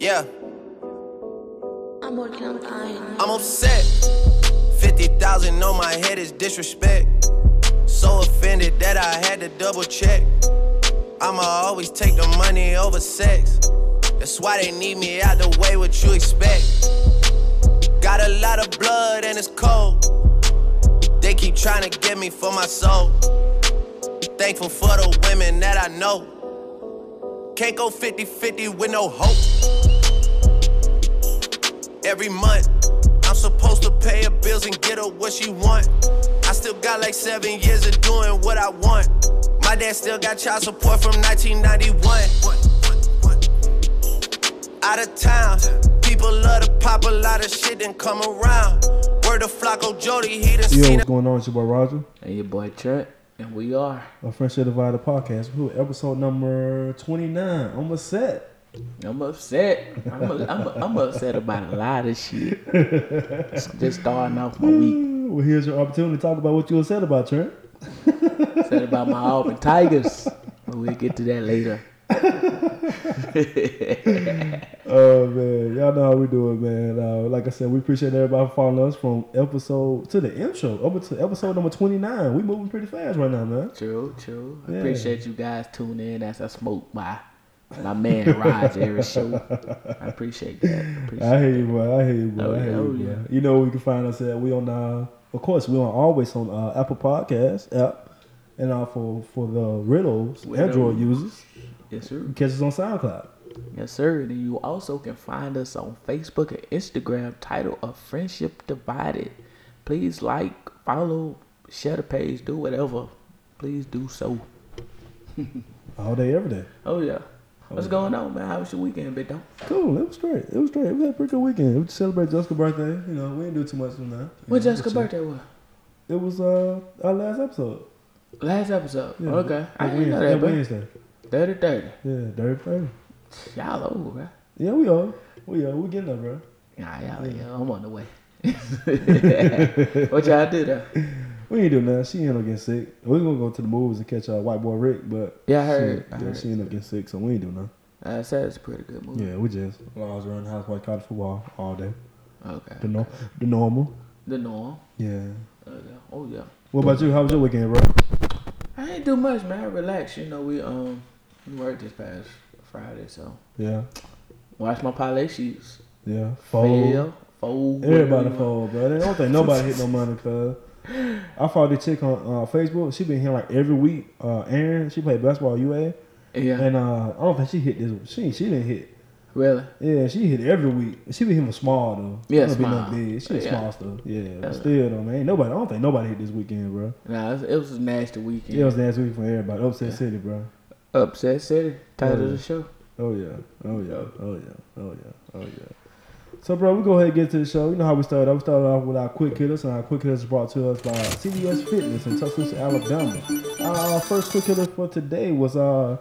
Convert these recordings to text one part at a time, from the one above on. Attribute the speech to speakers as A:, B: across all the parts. A: Yeah,
B: I'm working on dying.
A: I'm upset. 50,000 on my head is disrespect. So offended that I had to double check. I'ma always take the money over sex. That's why they need me out the way what you expect. Got a lot of blood and it's cold. They keep trying to get me for my soul. Thankful for the women that I know. Can't go 50 50 with no hope. Every month, I'm supposed to pay her bills and get her what she want. I still got like seven years of doing what I want. My dad still got child support from 1991. Out of town, people love to pop a lot of shit and come around. Word of Flocko Jody, he done
C: Yo,
A: seen
C: what's going on? It's your boy Roger.
D: And your boy Trent, and we are
C: A Friendship Divided podcast. Who episode number twenty nine? Almost set.
D: I'm upset. I'm, a, I'm, a, I'm upset about a lot of shit. It's Just starting off my week.
C: Well, here's your opportunity to talk about what you were said about Trent.
D: Upset about my Auburn Tigers. But we'll get to that later.
C: Oh man, y'all know how we do it, man. Uh, like I said, we appreciate everybody for following us from episode to the intro, up to episode number twenty nine. We moving pretty fast right now, man.
D: True, true. I
C: Yeah.
D: appreciate you guys tuning in as I smoke my my man Raj every show. I appreciate that. I appreciate
C: I hear you, boy. I hear you, boy.
D: Oh,
C: I hear
D: yeah.
C: you,
D: Oh,
C: boy.
D: yeah.
C: You know we can find us at we on uh, of course we on always on uh, Apple Podcasts app and uh, for for the riddles
D: Riddles.
C: Android users.
D: Yes, sir.
C: Catch us on SoundCloud.
D: Yes, sir. And you also can find us on Facebook and Instagram, title of Friendship Divided. Please like, follow, share the page, do whatever. Please do so.
C: All day, every day.
D: Oh yeah. What's going on, man? How was your weekend, big dog?
C: Cool. It was great. It was great. We had a pretty good weekend. We celebrated Jessica's birthday. You know, we didn't do too much from that. You
D: When
C: know,
D: Jessica's
C: but, uh,
D: birthday was?
C: It was uh our last episode.
D: Last episode.
C: Yeah,
D: okay. I
C: that
D: didn't know
C: Wednesday- that
D: that, bro.
C: Wednesday.
D: 30 30.
C: Yeah, dirty thirty.
D: Y'all old, bro.
C: Yeah, we are. We are. We getting there, bro.
D: Nah, y'all, yeah, I'm on the way. what y'all do though?
C: We ain't doing nothing. She ended up getting sick. We gonna go to the movies and catch our white boy Rick, but
D: Yeah, I heard.
C: she,
D: I
C: yeah,
D: heard.
C: she ended up getting sick, so we ain't doing nothing.
D: Uh, so it's a pretty good movie.
C: Yeah, we just laws around the house, watch college football all day.
D: Okay.
C: The no, the normal.
D: The norm.
C: Yeah.
D: Okay. Oh yeah.
C: What about you? How was your weekend, bro?
D: I ain't do much, man. I relax. You know, we um we worked this past Friday, so
C: Yeah,
D: watch my parlay sheets.
C: yeah.
D: Fail, fold.
C: Everybody
D: whatever.
C: fold, bro. They don't think nobody hit no money, cuz. I followed this chick on uh, Facebook. She been here like every week. Uh, Aaron, she played basketball at UA,
D: Yeah.
C: and uh, I don't think she hit this. She she didn't hit.
D: really.
C: Yeah, she hit every week. She been hitting small though.
D: Yeah,
C: She don't
D: small.
C: Be no big. She a
D: Yeah.
C: small stuff. Yeah,
D: Yeah.
C: but still though, man. Ain't nobody. I don't think nobody hit this weekend, bro.
D: Nah, it was, it was a nasty weekend.
C: Yeah, it was last week for everybody. Upset City, bro.
D: Upset City, title of
C: Yeah.
D: the show.
C: Oh yeah. Oh yeah. Oh yeah. Oh yeah. Oh yeah. So bro, we go ahead and get to the show. You know how we started off. We started off with our quick hitters, and our quick hitters brought to us by CBS Fitness in Tuscaloosa, Alabama. Our first quick hitter for today was uh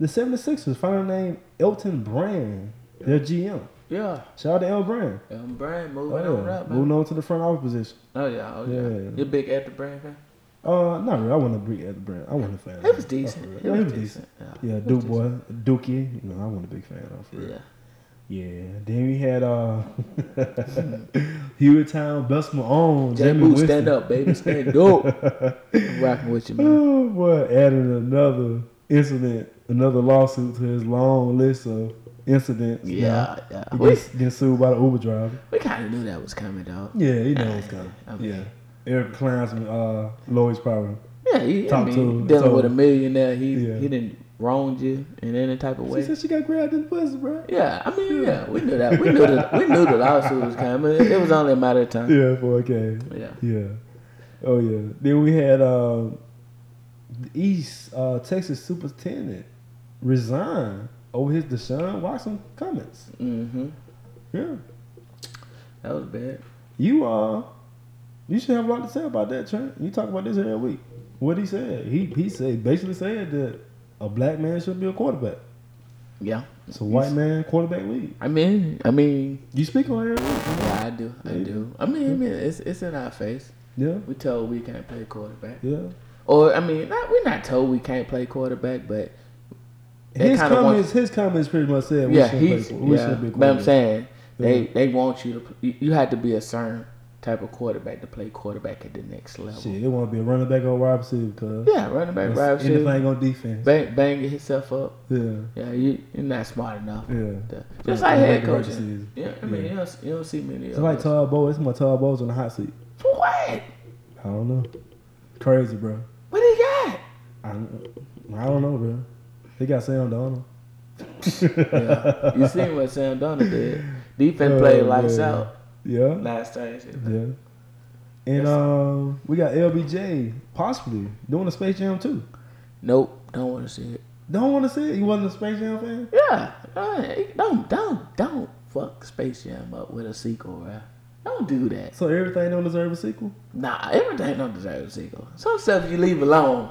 C: the 76ers, final name Elton Brand, their GM.
D: Yeah.
C: Shout out to El Brand.
D: Um, Brian moving
C: Oh,
D: on
C: yeah.
D: up, man.
C: Moving on to the front office position.
D: Oh yeah. Oh yeah.
C: Yeah.
D: You big at the Brian fan?
C: Uh, not really. I wasn't a big Elton Brand. I wasn't a fan.
D: It was decent.
C: It was decent. Yeah,
D: it was
C: Duke boy, Dookie. You know, I wasn't a big fan of. For real.
D: Yeah.
C: Yeah. Then we had uh Hewitt Town, Best Malone,
D: Jay
C: Jimmy
D: Boo,
C: Winston.
D: stand up, baby, stand up. I'm rocking with you, man.
C: Oh boy, adding another incident, another lawsuit to his long list of incidents. you
D: Yeah,
C: know.
D: yeah.
C: He
D: We,
C: gets, gets sued by the Uber driver.
D: we kind of knew that was coming, dog.
C: Yeah, he knows
D: Ah,
C: it's coming.
D: I mean-
C: yeah. Eric Klein's uh Lloyd's problem.
D: Yeah, he, I
C: Talk
D: mean,
C: to him.
D: dealing
C: So-
D: with a millionaire, he
C: Yeah.
D: he didn't wronged you in any type of
C: She
D: way.
C: said she got grabbed in the pussy, bro.
D: Yeah, I mean, yeah, we knew that. We knew the we knew the lawsuit was coming. It was only a matter of time.
C: Yeah, boy, okay.
D: Yeah,
C: Yeah. Oh yeah. Then we had um, the East uh, Texas superintendent resign over his Deshaun Watson comments.
D: hmm
C: Yeah.
D: that was bad.
C: You uh you should have a lot to say about that, Trent. You talk about this every week. What he said. He he said basically said that a black man should be a quarterback.
D: Yeah,
C: It's a white man quarterback league.
D: I mean, I mean,
C: You speak on it every week.
D: yeah, I do, I do. I mean, I mean, it's it's in our face.
C: Yeah.
D: We told we can't play quarterback,
C: Yeah.
D: or I mean, not, we're not told we can't play quarterback, but they
C: his
D: kind of want
C: comments, his comments pretty much said, we
D: yeah,
C: shouldn't play
D: he's
C: for- we
D: yeah.
C: shouldn't be
D: But I'm
C: quarterbacks.
D: saying they
C: Yeah.
D: they want you to pl- you, you had to be a certain type of quarterback to play quarterback at the next level.
C: Shit, it won't be a running back or wide receiver because
D: Yeah, running back, wide receiver,
C: anything on defense.
D: bang, banging himself up.
C: Yeah,
D: Yeah, you you're not smart enough.
C: yeah.
D: To, just
C: Just
D: like
C: running
D: head
C: back and
D: coaching.
C: receivers.
D: Yeah, I mean
C: Yeah.
D: you, don't, you don't see many
C: It's
D: of
C: like
D: us.
C: Todd Bowles. It's my Todd Bowles on the hot seat.
D: For what?
C: I don't know. Crazy, bro.
D: What he got?
C: I, I don't know, bro. He got Sam Donald.
D: Yeah. you seen what Sam Donald did? Defense played
C: Oh,
D: lights
C: man.
D: out
C: Yeah.
D: last Thursday.
C: Yeah. And um, we got LBJ possibly doing a Space Jam too.
D: Nope, don't want to see it.
C: Don't want to see it. You wasn't a Space Jam fan?
D: Yeah, right. don't don't don't fuck Space Jam up with a sequel, bro. Don't do that.
C: So everything don't deserve a sequel.
D: Nah, everything don't deserve a sequel. Some stuff you leave alone.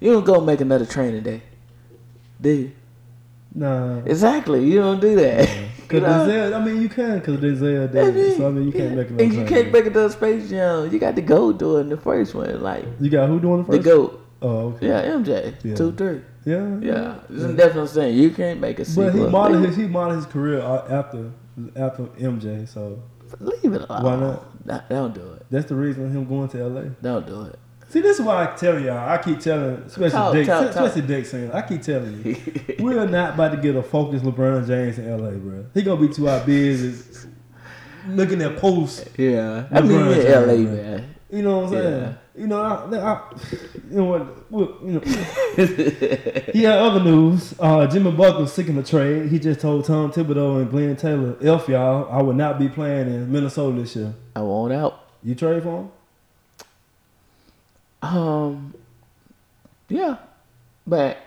D: You don't go make another training day, do you?
C: Nah.
D: Exactly, you don't do that.
C: Cause Denzel, I mean, you can, cause Denzel did it. So I mean, you can't make
D: And you
C: another.
D: can't
C: Can't
D: make another Space Jam. You got the goat doing the first one, like
C: you got who doing the
D: the
C: first?
D: goat.
C: Oh, okay.
D: Yeah, MJ
C: Yeah.
D: two three.
C: Yeah.
D: Yeah, that's what I'm saying. You can't make a sequel.
C: But he modeled
D: leave,
C: his he modeled his career a- after after MJ, so
D: leave it alone.
C: Why not?
D: Nah, don't do it.
C: that's the reason of him going to LA.
D: Don't do it.
C: See, this is why I tell y'all. I keep telling, especially
D: Talk,
C: Dick,
D: talk, talk.
C: especially Dick saying, I keep telling you, we're not about to get a focused LeBron James in LA, bro. He gonna be too our busy looking at posts.
D: Yeah, I mean,
C: LeBron
D: we're
C: James,
D: in LA,
C: man.
D: man.
C: You know what I'm saying?
D: Yeah.
C: You know, I, I, you know what? what- You know, yeah. Other news: uh, Jimmy Buckles seeking a trade. He just told Tom Thibodeau and Glenn Taylor, "If y'all, I will not be playing in Minnesota this year."
D: I want out.
C: You trade for him?
D: Um, yeah, but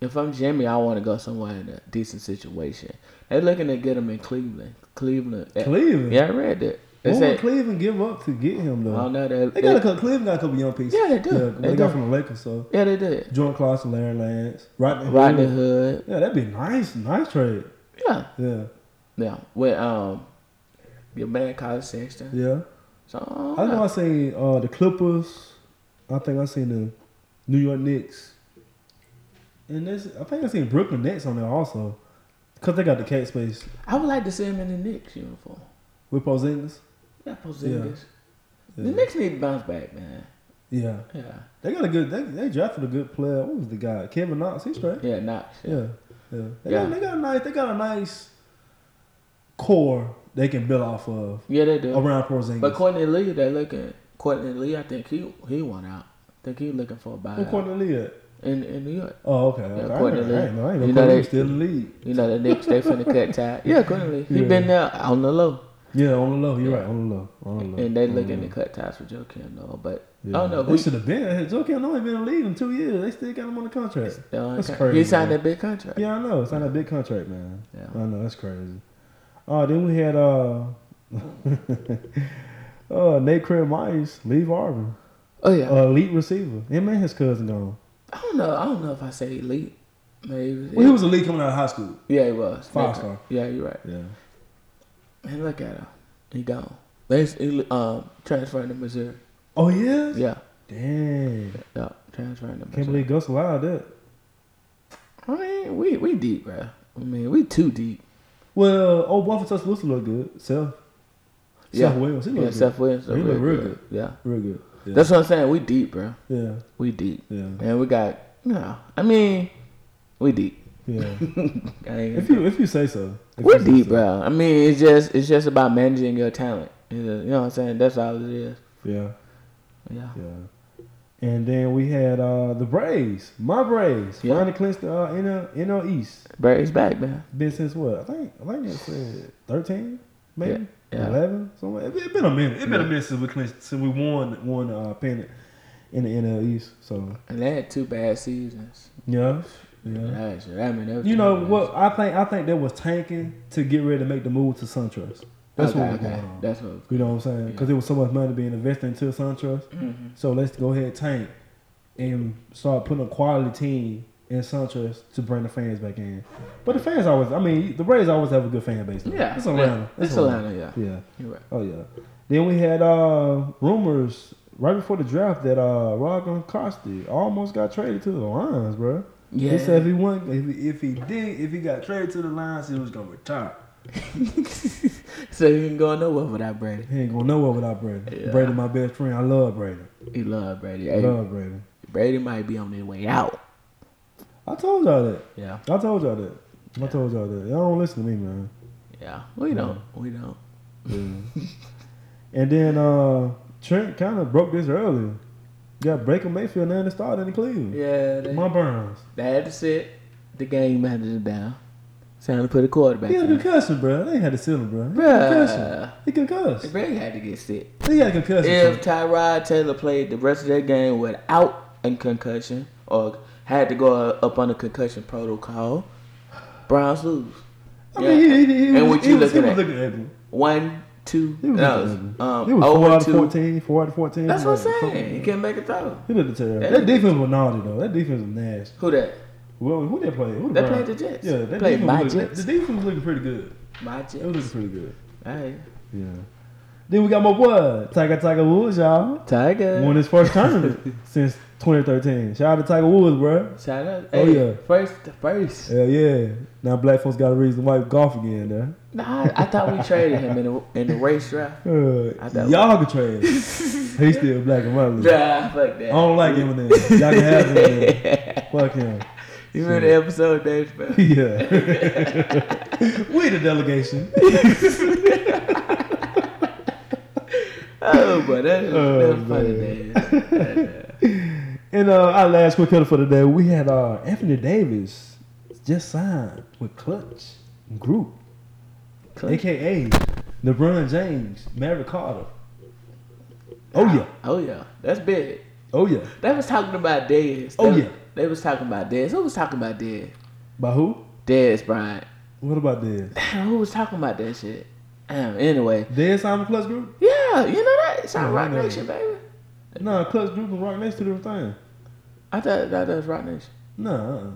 D: if I'm Jimmy, I want to go somewhere in a decent situation. They're looking to get him in Cleveland. Cleveland. eh,
C: Cleveland?
D: Yeah, I read that. They
C: What would
D: said,
C: Cleveland give up to get him
D: I
C: though?
D: don't know that.
C: They got a
D: they-
C: couple. Cleveland got a couple young pieces.
D: Yeah, they do.
C: Yeah,
D: They
C: they, got
D: do.
C: from the Lakers. So
D: yeah, they did.
C: Jordan Clarkson, Larry Lance, Rodney.
D: Rodney
C: Hood.
D: Hood.
C: Yeah, that'd be nice. Nice trade.
D: Yeah,
C: Yeah,
D: yeah. With um, your man Kyle Sexton.
C: yeah.
D: So I don't
C: I know
D: know.
C: I seen uh, the Clippers. I think I seen the New York Knicks. And this, I think I seen Brooklyn Nets on there also, cause they got the cat space
D: I would like to see him in the Knicks uniform.
C: with Porzingis.
D: Yeah, Porzingis. The
C: Yeah.
D: Knicks need to bounce back, man.
C: Yeah,
D: Yeah,
C: they got a good. They, they drafted a good player. What was the guy? Kevin Knox. He's straight.
D: yeah, Knox.
C: Yeah, yeah. They,
D: Yeah.
C: Got, they got a nice. They got a nice core they can build off of
D: yeah they do.
C: around Porzingis.
D: But Courtney Lee, they're looking. Courtney Lee, I think he he won out. I think he looking for a
C: Who
D: buyout
C: Courtney Lee at?
D: in in New York.
C: Oh, okay. okay. I, ain't,
D: Courtney
C: I ain't
D: Lee.
C: know. I ain't
D: You
C: know
D: know
C: Courtney
D: they-
C: Lee's still in the league.
D: You know the Knicks, they finna cut ties. Yeah, Courtney Lee, he
C: Yeah.
D: been there on the low,
C: Yeah, on the low. You're right. On the low. On the low.
D: and they
C: on the
D: looking
C: low.
D: to cut ties with Joe Kim though. But
C: Mm-hmm. Yeah.
D: I don't know
C: They
D: who.
C: should have been. Joe Kim only been in the league in two years. They still got him on the contract.
D: uh,
C: That's
D: he
C: crazy,
D: signed
C: man.
D: that big contract.
C: Yeah, I know. It's not a big contract, man.
D: Yeah.
C: I know. That's crazy. Oh, then we had uh, uh Nate Craig Myers leave Auburn.
D: Oh yeah.
C: Uh, elite receiver. Him and his cousin gone.
D: I don't know. I don't know if I say elite. Maybe.
C: Well, he was elite coming out of high school.
D: yeah, he was
C: Five star.
D: Yeah, you're right.
C: Yeah.
D: And look at him. He gone. They he, um transferring to Missouri.
C: Oh yeah.
D: Yeah.
C: Damn.
D: Yeah. Transferring to Missouri.
C: Can't believe Gus allowed that.
D: I mean, we we deep, bro. I mean, we too deep.
C: Well, old Buffett Tuscaloosa look good. Self.
D: Yeah.
C: Self Williams. He
D: Yeah,
C: look good.
D: Seth Williams.
C: He
D: are
C: look
D: real
C: real
D: good.
C: good.
D: Yeah.
C: Real good. Yeah.
D: that's what I'm saying. We deep, bro.
C: yeah.
D: We deep,
C: Yeah.
D: and we got you know. I mean, we deep.
C: Yeah.
D: I ain't gonna-
C: If you if you say so. If
D: we
C: you say
D: deep,
C: so.
D: bro. I mean, it's just it's just about managing your talent. You know, you know what I'm saying? That's all it is.
C: Yeah,
D: Yeah.
C: yeah. And then we had uh the Braves, my Braves,
D: Yeah.
C: finally clinched the uh, NL, NL East.
D: Brady's back, man.
C: Been since what? I think I think it's said thirteen, maybe
D: Yeah, yeah.
C: eleven. Somewhere. It, it been a minute. It been a minute since we clinched since we won won uh pennant in the NL East. So
D: And they had two bad seasons.
C: yeah, yeah.
D: Last year. I mean, that was
C: You
D: two
C: know
D: bad
C: what? I think I think that was tanking to get ready to make the move to SunTrust. That's
D: Okay,
C: what was
D: okay.
C: going on.
D: That's what.
C: You know what I'm saying? Because there was so much money being invested into SunTrust.
D: Mm-hmm.
C: So let's go ahead and tank and start putting a quality team in SunTrust to bring the fans back in. But the fans always, I mean, the Braves always have a good fan base. Though.
D: Yeah,
C: It's Atlanta.
D: It's Atlanta. Yeah.
C: Yeah.
D: You're right.
C: Oh, yeah. Then we had uh, rumors right before the draft that uh, Rob Gronkowski almost got traded to the Lions, bro.
D: Yeah.
C: He said if he won, if he, if he did, if he got traded to the Lions, he was gonna retire.
D: so you ain't going nowhere without Brady.
C: He ain't gonna nowhere without Brady.
D: Yeah.
C: Brady, my best friend. I love Brady.
D: He love Brady.
C: I
D: Hey,
C: love Brady.
D: Brady might be on his way out.
C: I told y'all that.
D: Yeah,
C: I told y'all that. I told y'all that. Y'all don't listen to me, man.
D: yeah. We don't. We don't.
C: Yeah. and then uh, Trent kind of broke this early. Got Baker Mayfield now in the start in Cleveland.
D: Yeah, they,
C: My Burns.
D: they had to sit the game manager down. It's time to put a quarterback.
C: He had a
D: down.
C: concussion, bro. They ain't had to sit him, bro. He had a concussion.
D: Bruh,
C: He concussed.
D: Brady had to get sick.
C: He had a concussion.
D: If Tyrod Taylor played the rest of that game without a concussion or had to go up on the concussion protocol, Browns lose.
C: I mean, he, he, he,
D: And
C: was,
D: what
C: he
D: you
C: was, he
D: looking
C: was
D: at?
C: looking at him.
D: One, two,
C: He was
D: no,
C: looking at him.
D: um,
C: he was 4
D: 0
C: out of
D: two.
C: 14, 4 out of 14.
D: That's what
C: He
D: I'm
C: was-
D: saying. He can't make a throw.
C: He looked terrible.
D: That-
C: That, defense was naughty, though. That defense was nasty.
D: Who that?
C: Well, who they played? Who
D: They
C: Browns-
D: played the Jets.
C: Yeah, that
D: Played
C: defense
D: my
C: was looking,
D: Jets.
C: The defense was looking pretty good.
D: My
C: It was
D: Jets.
C: looking pretty good.
D: All right.
C: Yeah. Then we got my boy, Tiger Tiger Woods, y'all.
D: Tiger.
C: Won his first tournament since 2013. Shout out to Tiger Woods, bro.
D: Shout out.
C: Oh,
D: Hey,
C: yeah.
D: First, first.
C: Hell yeah. Now black folks got a reason to wipe golf again, there.
D: Nah, I thought we traded him in the, in the race draft. I
C: Uh,
D: thought-
C: y'all can trade. He's still black and white.
D: Nah, fuck
C: I
D: that.
C: don't like Eminem. Y'all can have Eminem. Fuck him.
D: You remember the episode, Dave? Chappelle?
C: Yeah. we the delegation.
D: Oh, but that's,
C: Oh,
D: that's funny,
C: man.
D: man.
C: And uh, our last quick hitter for today, we had uh, Anthony Davis just signed with Clutch Group,
D: Clutch.
C: aka LeBron James, Mary Carter. Oh yeah,
D: Oh yeah, that's big.
C: oh yeah.
D: They was talking about Dez.
C: Oh,
D: They-
C: yeah.
D: they was talking about Dez. Who was talking about Dez?
C: By who?
D: Dez Bryant.
C: What about Dez?
D: Damn, who was talking about that shit? Damn, anyway,
C: Dez signed with Clutch Group?
D: yeah, you know that it's
C: Yeah,
D: not
C: I
D: Rock
C: know.
D: Nation, baby.
C: Nah, Clutch Group and Rock next to them thing.
D: I thought that, that was Rock Nation.
C: Nah, uh-uh.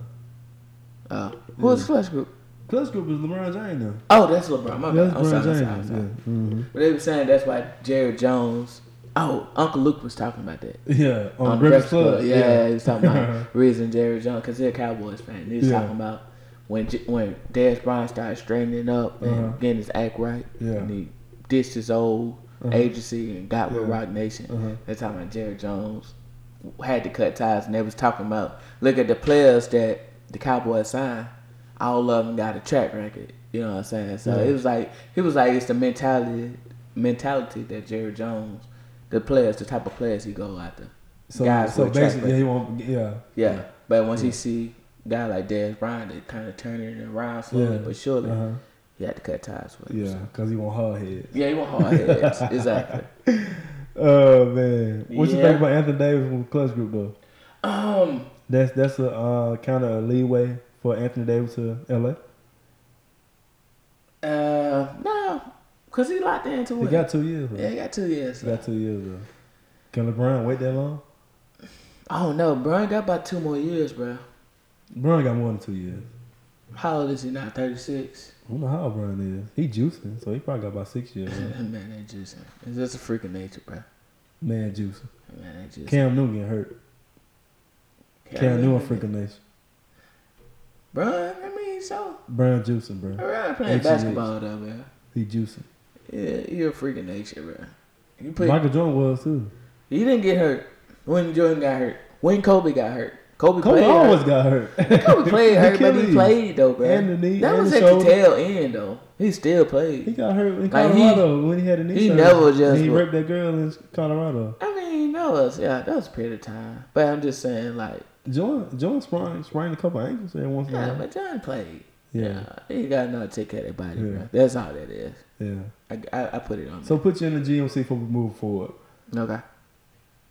D: Uh, who was Flush Group?
C: Clutch Group is LeBron James now.
D: Oh, that's LeBron. My bad.
C: That's
D: I'm sorry. I'm
C: LeBron
D: sorry, I'm
C: James.
D: sorry.
C: Yeah. Mhm.
D: But they were saying that's why Jared Jones. Oh, Uncle Luke was talking about that.
C: Yeah, on,
D: on the
C: Breakfast
D: Breakfast
C: Club.
D: Club. Yeah, he was talking about reason Jerry Jones because he's a Cowboys fan. He was
C: Yeah.
D: talking about when J- when Dez Bryant started straightening up and
C: Uh-huh.
D: getting his act right.
C: Yeah. Uh-huh.
D: and he ditched his old agency and got with
C: Yeah.
D: Rock Nation.
C: Uh-huh.
D: They're talking about Jerry Jones had to cut ties, and they was talking about look at the players that the Cowboys signed. All of them got a track record. You know what I'm saying? So
C: Yeah.
D: it was like he was like it's the mentality mentality that Jerry Jones, the players, the type of players he go after.
C: So,
D: guys
C: so
D: with a track
C: basically, yeah,
D: record.
C: he won't. Yeah,
D: Yeah. But once he see a guy like Dez Bryant that kind of turn it around slowly
C: Yeah.
D: but surely,
C: Uh-huh.
D: he had to cut ties with him.
C: yeah,
D: so.
C: because he want hard head.
D: Yeah, he went hard heads. exactly.
C: Oh man, what you
D: Yeah.
C: think about Anthony Davis from Clutch Group though?
D: Um,
C: That's that's a uh, kind of leeway for Anthony Davis to LA.
D: uh, no, because he locked into
C: He
D: it.
C: got two years. Though.
D: yeah, he got two years.
C: He got two years. Though. Can LeBron wait that long?
D: I don't know. Brian got about two more years, bro.
C: LeBron got more than two years.
D: How old is he now? 36?
C: I don't know how old LeBron is. He juicing, so he probably got about six years. man.
D: Man, that juicing. It's just a freak of nature, bro.
C: Man, juicing.
D: Man, that juicing.
C: Cam Newton getting hurt. Cam Newton freaking nation.
D: Bro, I mean, so.
C: LeBron juicing, bro.
D: Brian playing
C: Excellent.
D: basketball, though, man.
C: He juicing.
D: Yeah, you're a freak of nature, bro. You put
C: Michael Jordan was too.
D: He didn't get hurt when Jordan got hurt. When Kobe got hurt, Kobe,
C: Kobe
D: played.
C: always
D: hurt.
C: got hurt.
D: Kobe played hurt, but he
C: Achilles.
D: played though, bro.
C: And the knee,
D: that
C: and
D: was
C: the
D: at the
C: shoulder.
D: tail end though. He still played.
C: He got hurt in
D: Like, he-
C: Colorado when he had a knee
D: he
C: surgery.
D: never just
C: And he
D: wa-
C: raped that girl in Colorado.
D: I mean, that was yeah, that was a period of time. But I'm just saying, like,
C: Jordan, Jordan sprained, sprained a couple ankles every once in a
D: yeah,
C: while.
D: but John played.
C: Yeah,
D: he ain't got nothing to take care of their body,
C: Yeah.
D: bro. That's all that is.
C: yeah.
D: I, I, I put it on.
C: So put you in the GMC before we move forward.
D: there. okay.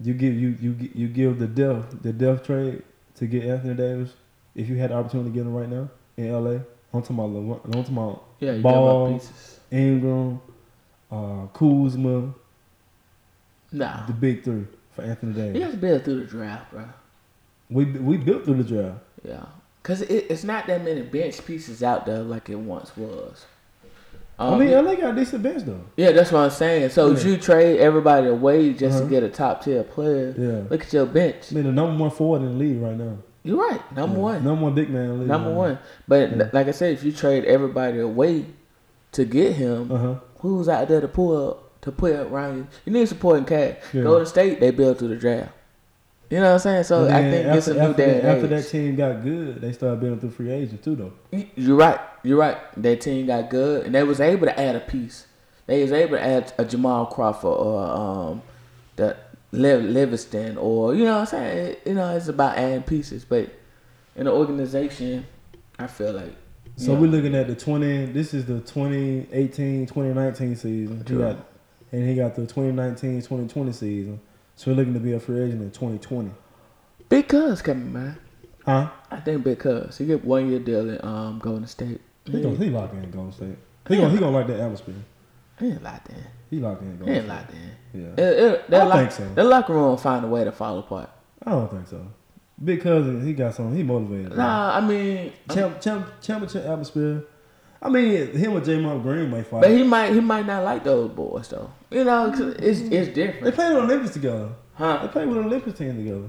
C: You give you you gi- you give the death the death trade to get Anthony Davis if you had the opportunity to get him right now in LA. I'm talking about Le- I'm talking about
D: Yeah, you
C: Ball.
D: got my pieces.
C: Ingram, uh, Kuzma,
D: Nah,
C: the big three for Anthony
D: you
C: Davis.
D: got to build through the draft, bro.
C: We we built through the draft.
D: Yeah, cause it, it's not that many bench pieces out there like it once was. Um,
C: I mean, LA got a decent bench though.
D: yeah, that's what I'm saying. So
C: Yeah.
D: you trade everybody away just
C: Uh-huh.
D: to get a top tier player.
C: Yeah.
D: Look at your bench.
C: I mean, the number one forward in the league right now.
D: You're right. Number one.
C: Number one big man. in the league,
D: Number
C: man.
D: one. But
C: Yeah.
D: like I said, if you trade everybody away to get him,
C: Uh-huh.
D: who's out there to pull up to put up Ryan? You need supporting cash.
C: Yeah.
D: Golden State, they build through the draft. You know what I'm saying? So
C: And
D: I
C: then
D: think
C: after,
D: it's a new
C: after,
D: day
C: that,
D: and
C: after
D: age.
C: that team got good, they started building through free agents too, though.
D: You- You're right. You're right. That team got good, and they was able to add a piece. They was able to add a Jamal Crawford or um, the Liv- Livingston, or you know what I'm saying. It- you know, it's about adding pieces. But in the organization, I feel like
C: So
D: you
C: we're
D: know,
C: looking at the 20, this is the 2018 2019 season. He
D: True.
C: got, and he got the 2019 2020 season. So we're looking to be a free agent in 2020.
D: Big Cuz coming, man.
C: Huh?
D: I think Big Cuz he get one year deal in um Golden State. He
C: He gonna
D: ain't
C: he locked in Golden State. He gonna he gonna like that atmosphere.
D: he ain't locked in.
C: He locked in Golden
D: He ain't
C: State.
D: locked in.
C: Yeah.
D: It, it, that
C: I
D: lock,
C: think so.
D: That locker room will find a way to fall apart.
C: I don't think so. Big cousin, he got something. He motivated. man.
D: Nah, I mean,
C: Champ, champ, championship atmosphere. I mean, him with J. Mont Green may fight.
D: But he might he might not like those boys though. You know, 'cause it's it's
C: they
D: different.
C: played in the Olympics together. They
D: Huh?
C: played with an Olympic team together.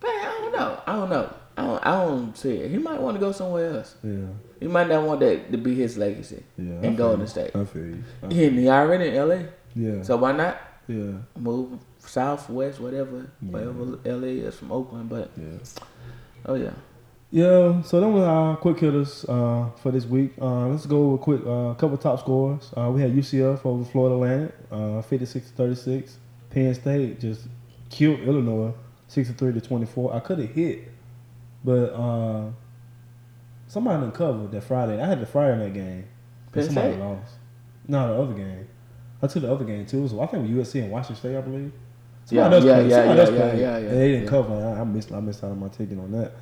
D: But I don't know. I don't know. I don't, I don't see it. He might want to go somewhere else.
C: Yeah,
D: He might not want that to be his legacy
C: yeah. I
D: in
C: feel
D: Golden
C: you.
D: State.
C: I feel you. I-
D: He, he already in LA,
C: yeah,
D: so why not
C: yeah,
D: move southwest, whatever,
C: Yeah.
D: wherever LA is from Oakland. But
C: yeah.
D: oh yeah,
C: Yeah, so that was our quick hitters uh, for this week. Uh, let's go with quick uh, couple top scores. Uh, we had UCF over Florida Atlantic, uh, 56 to 36. Penn State just killed Illinois, 63 to 24. I could have hit, but uh, somebody didn't cover that Friday. I had the Friday night game. but
D: Penn
C: somebody
D: State?
C: lost. No, the other game. I took the other game too. It was, I think it was USC and Washington State, I believe. Somebody
D: Yeah,
C: else
D: yeah,
C: played.
D: yeah,
C: Somebody
D: yeah,
C: else
D: yeah,
C: played.
D: yeah, yeah,
C: And They didn't
D: yeah.
C: cover. I, I missed. I missed out on my ticket on that.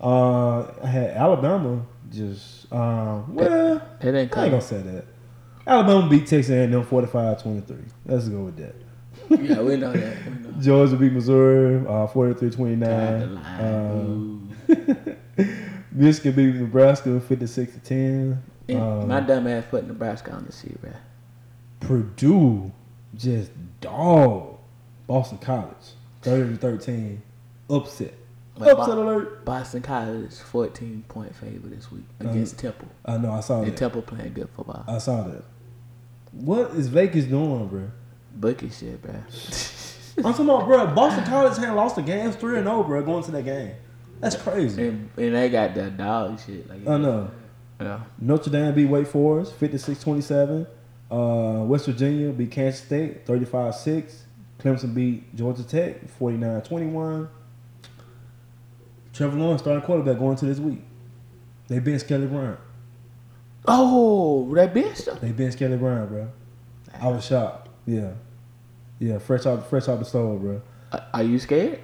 C: Uh, I had Alabama just uh, well,
D: it ain't
C: I ain't
D: coming.
C: gonna say that. Alabama beat Texas A&M 45-23. Let's go with that.
D: yeah, we know that. We know.
C: Georgia beat Missouri uh,
D: Tied the
C: 43-29.
D: line.
C: Uh,
D: Ooh.
C: Michigan beat Nebraska 56-10.
D: And
C: uh,
D: my dumb ass put Nebraska on the seat, bruh.
C: Purdue just dog Boston College 30-13 upset.
D: But
C: upset
D: Bo-
C: alert.
D: Boston College 14 point favor this week
C: um,
D: against Temple.
C: I know I saw
D: And
C: that.
D: Temple playing good football.
C: I saw that. What is Vegas doing, bro?
D: Bookie shit, bro.
C: I'm talking about, bro. Boston College had lost the games three and zero, bro. Going to that game, that's crazy.
D: and, and they got that dog shit. Like,
C: I know.
D: Yeah.
C: Notre Dame beat Wake Forest 56-27. Uh, West Virginia beat Kansas State 35-6. Clemson beat Georgia Tech 49-21. Trevor Lawrence starting quarterback going to this week. They benched Kelly Bryant.
D: Oh, that bitch stuff.
C: They benched Kelly Bryant, bro. I was shocked. Yeah, yeah. Fresh out, fresh out the stove, bro.
D: Are, Uh, are you scared?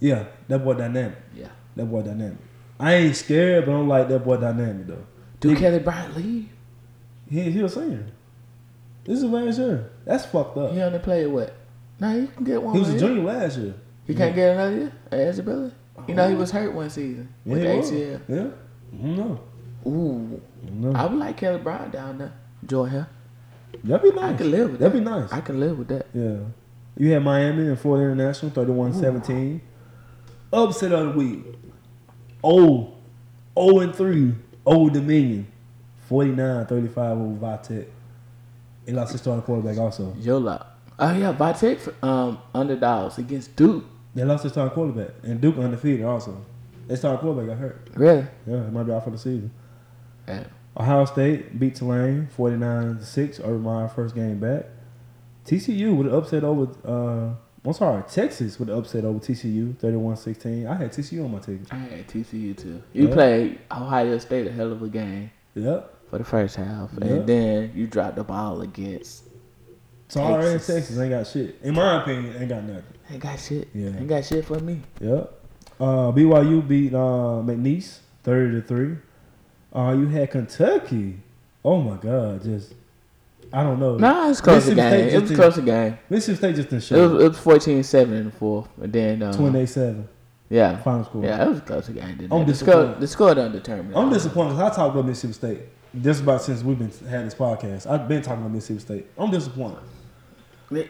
C: Yeah, that boy dynamic.
D: Yeah.
C: That boy dynamic. I ain't scared, but I'm like that boy dynamic though.
D: Do
C: He-
D: Kelly Bryant leave?
C: He he was senior. This is last year. That's fucked up.
D: He only played what? Nah, he can get one.
C: He was
D: more
C: a
D: year.
C: junior last year.
D: He can't get another year at Isabella. You know, he was hurt one season with
C: Oh. he
D: the
C: was.
D: ACL.
C: Yeah. No.
D: Ooh.
C: No.
D: I would like Kelly Bryant down there. Georgia.
C: That'd be nice.
D: I can live with
C: That'd
D: that.
C: be nice.
D: I can live with that.
C: yeah. You had Miami and Florida International, 31-17. Upset of the week. Oh. 0 and 3. Old Dominion. 49-35 over Vitek. They lost their starting quarterback also.
D: Your luck. Oh yeah, Vitek um underdogs against Duke.
C: They lost their starting quarterback, and Duke undefeated also. Their starting quarterback got hurt.
D: Really?
C: Yeah, it might be out for the season.
D: Yeah.
C: Ohio State beat Tulane 49-6 over my first game back. TCU with an upset over uh, I'm sorry, Texas with an upset over TCU 31-16. I had TCU on my ticket.
D: I had TCU too. You
C: Yeah.
D: played Ohio State a hell of a game
C: Yep.
D: for the first half,
C: Yeah.
D: and then you dropped the ball against.
C: Sorry,
D: Texas.
C: Texas. ain't got shit. In my opinion, ain't got nothing.
D: Ain't got shit.
C: Yeah.
D: Ain't got shit for me.
C: Yep. Uh, BYU beat uh, McNeese 30 to 3. Uh, you had Kentucky. Oh my God, just I don't know.
D: Nah, it's close
C: Mississippi State
D: game. It
C: just
D: was
C: did-
D: close game.
C: Mississippi State just didn't
D: It
C: show.
D: was, it was 14-7 in the fourth, and then uh,
C: Twenty eight seven
D: Yeah,
C: final score.
D: yeah, it was a close game. Didn't
C: I'm
D: it? The score,
C: disappointed.
D: the score don't determine.
C: I'm disappointed. 'cause I talked about Mississippi State just about since we've been had this podcast. I've been talking about Mississippi State. I'm disappointed.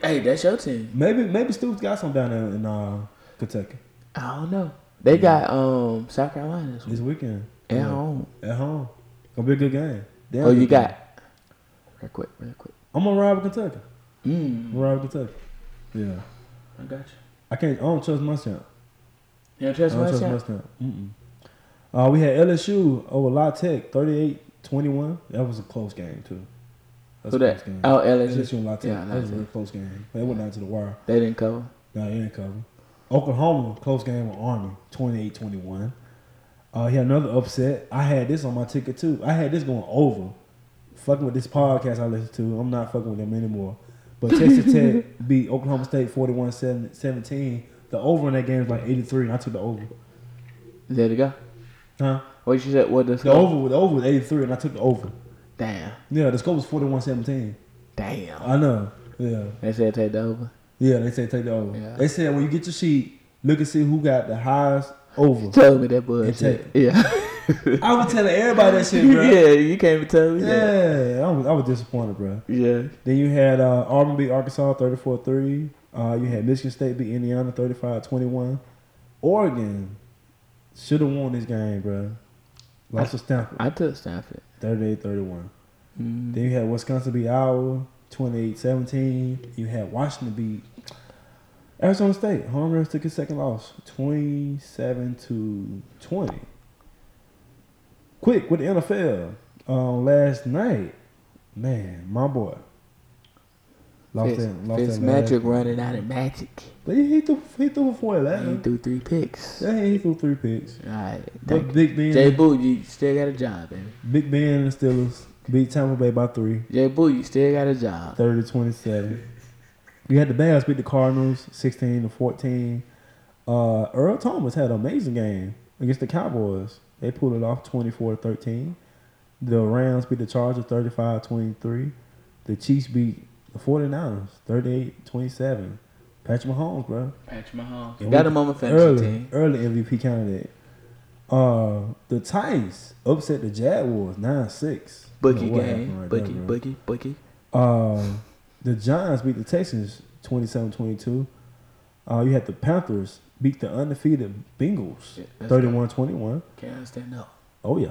D: Hey, that's your team.
C: Maybe maybe Stoops got some down there in uh, Kentucky.
D: I don't know. They got um South Carolina this week
C: this weekend.
D: at
C: Yeah.
D: home.
C: At home. Gonna be a good game. Damn
D: Oh,
C: good
D: you
C: game.
D: got real quick, real quick.
C: I'm gonna ride with Kentucky. I'm
D: Mm,
C: gonna ride with Kentucky. Yeah.
D: I got you.
C: I can't I don't trust Mustang.
D: You don't trust
C: I don't
D: West
C: trust
D: Ham?
C: Mustang. Mm-mm. Uh, we had LSU over La Tech, 38-21. That was a close game too. That's
D: Who
C: a
D: that?
C: close game.
D: Oh, LSU.
C: LSU and La Tech.
D: Yeah, La
C: that was a
D: Tech.
C: really close game. They went down to the wire.
D: They didn't cover.
C: No, they didn't cover. Oklahoma, close game with Army, 28-21. Uh, he had another upset. I had this on my ticket too. I had this going over. Fucking with this podcast I listen to. I'm not fucking with them anymore. But Texas Tech beat Oklahoma State 41-17. The over in that game is like 83, and I took the over.
D: There you go.
C: Huh?
D: What you said? What the
C: The
D: score?
C: over, the over was 83, and I took the over.
D: Damn,
C: Yeah, the score was 41 17.
D: damn.
C: I know. Yeah.
D: They said take the over.
C: Yeah, they say take the over.
D: Yeah.
C: They said when you get your sheet, look and see who got the highest over.
D: Tell me that bullshit. Yeah,
C: I was telling everybody that shit, bro. yeah.
D: yeah. You can't even tell me that.
C: I, was, I was disappointed, bro.
D: Yeah.
C: Then you had uh, Auburn beat Arkansas 34 3. Uh, you had Michigan State beat Indiana 35 21. Oregon should have won this game, bro. Lost to Stanford
D: I took Stanford.
C: 38 31.
D: Mm.
C: Then you had Wisconsin beat Iowa 28-17. You had Washington beat Arizona State. Homer took his second loss 27 to 20. Quick with the NFL um, last night. Man, my boy. Lost
D: Fitz,
C: that, lost that last-
D: Fitzmagic running out of magic.
C: But he, he threw he threw for
D: He
C: Atlanta.
D: threw three picks. All
C: Yeah, he threw three picks.
D: right.
C: But Big Ben,
D: Jay Boo, you still got a job, baby.
C: Big Ben and the Steelers beat Tampa Bay by three.
D: Jay Boo, you still got a job.
C: 30 to 27. You had the Bears beat the Cardinals 16 to 14. Uh, Earl Thomas had an amazing game against the Cowboys. They pulled it off 24 to 13. The Rams beat the Chargers 35 23. The Chiefs beat the 49ers 38 27. Patrick Mahomes, bro.
D: Patrick Mahomes.
C: Yeah,
D: got
C: we-
D: him on my fantasy
C: Early,
D: team.
C: early MVP candidate. Uh, the Titans upset the Jaguars 9 6.
D: Bookie game. bookie, bookie, bookie.
C: Uh, the Giants beat the Texans 27-22. Uh, you had the Panthers beat the undefeated Bengals
D: Yeah, that's
C: 31-21.
D: Can't stand up.
C: Oh, yeah.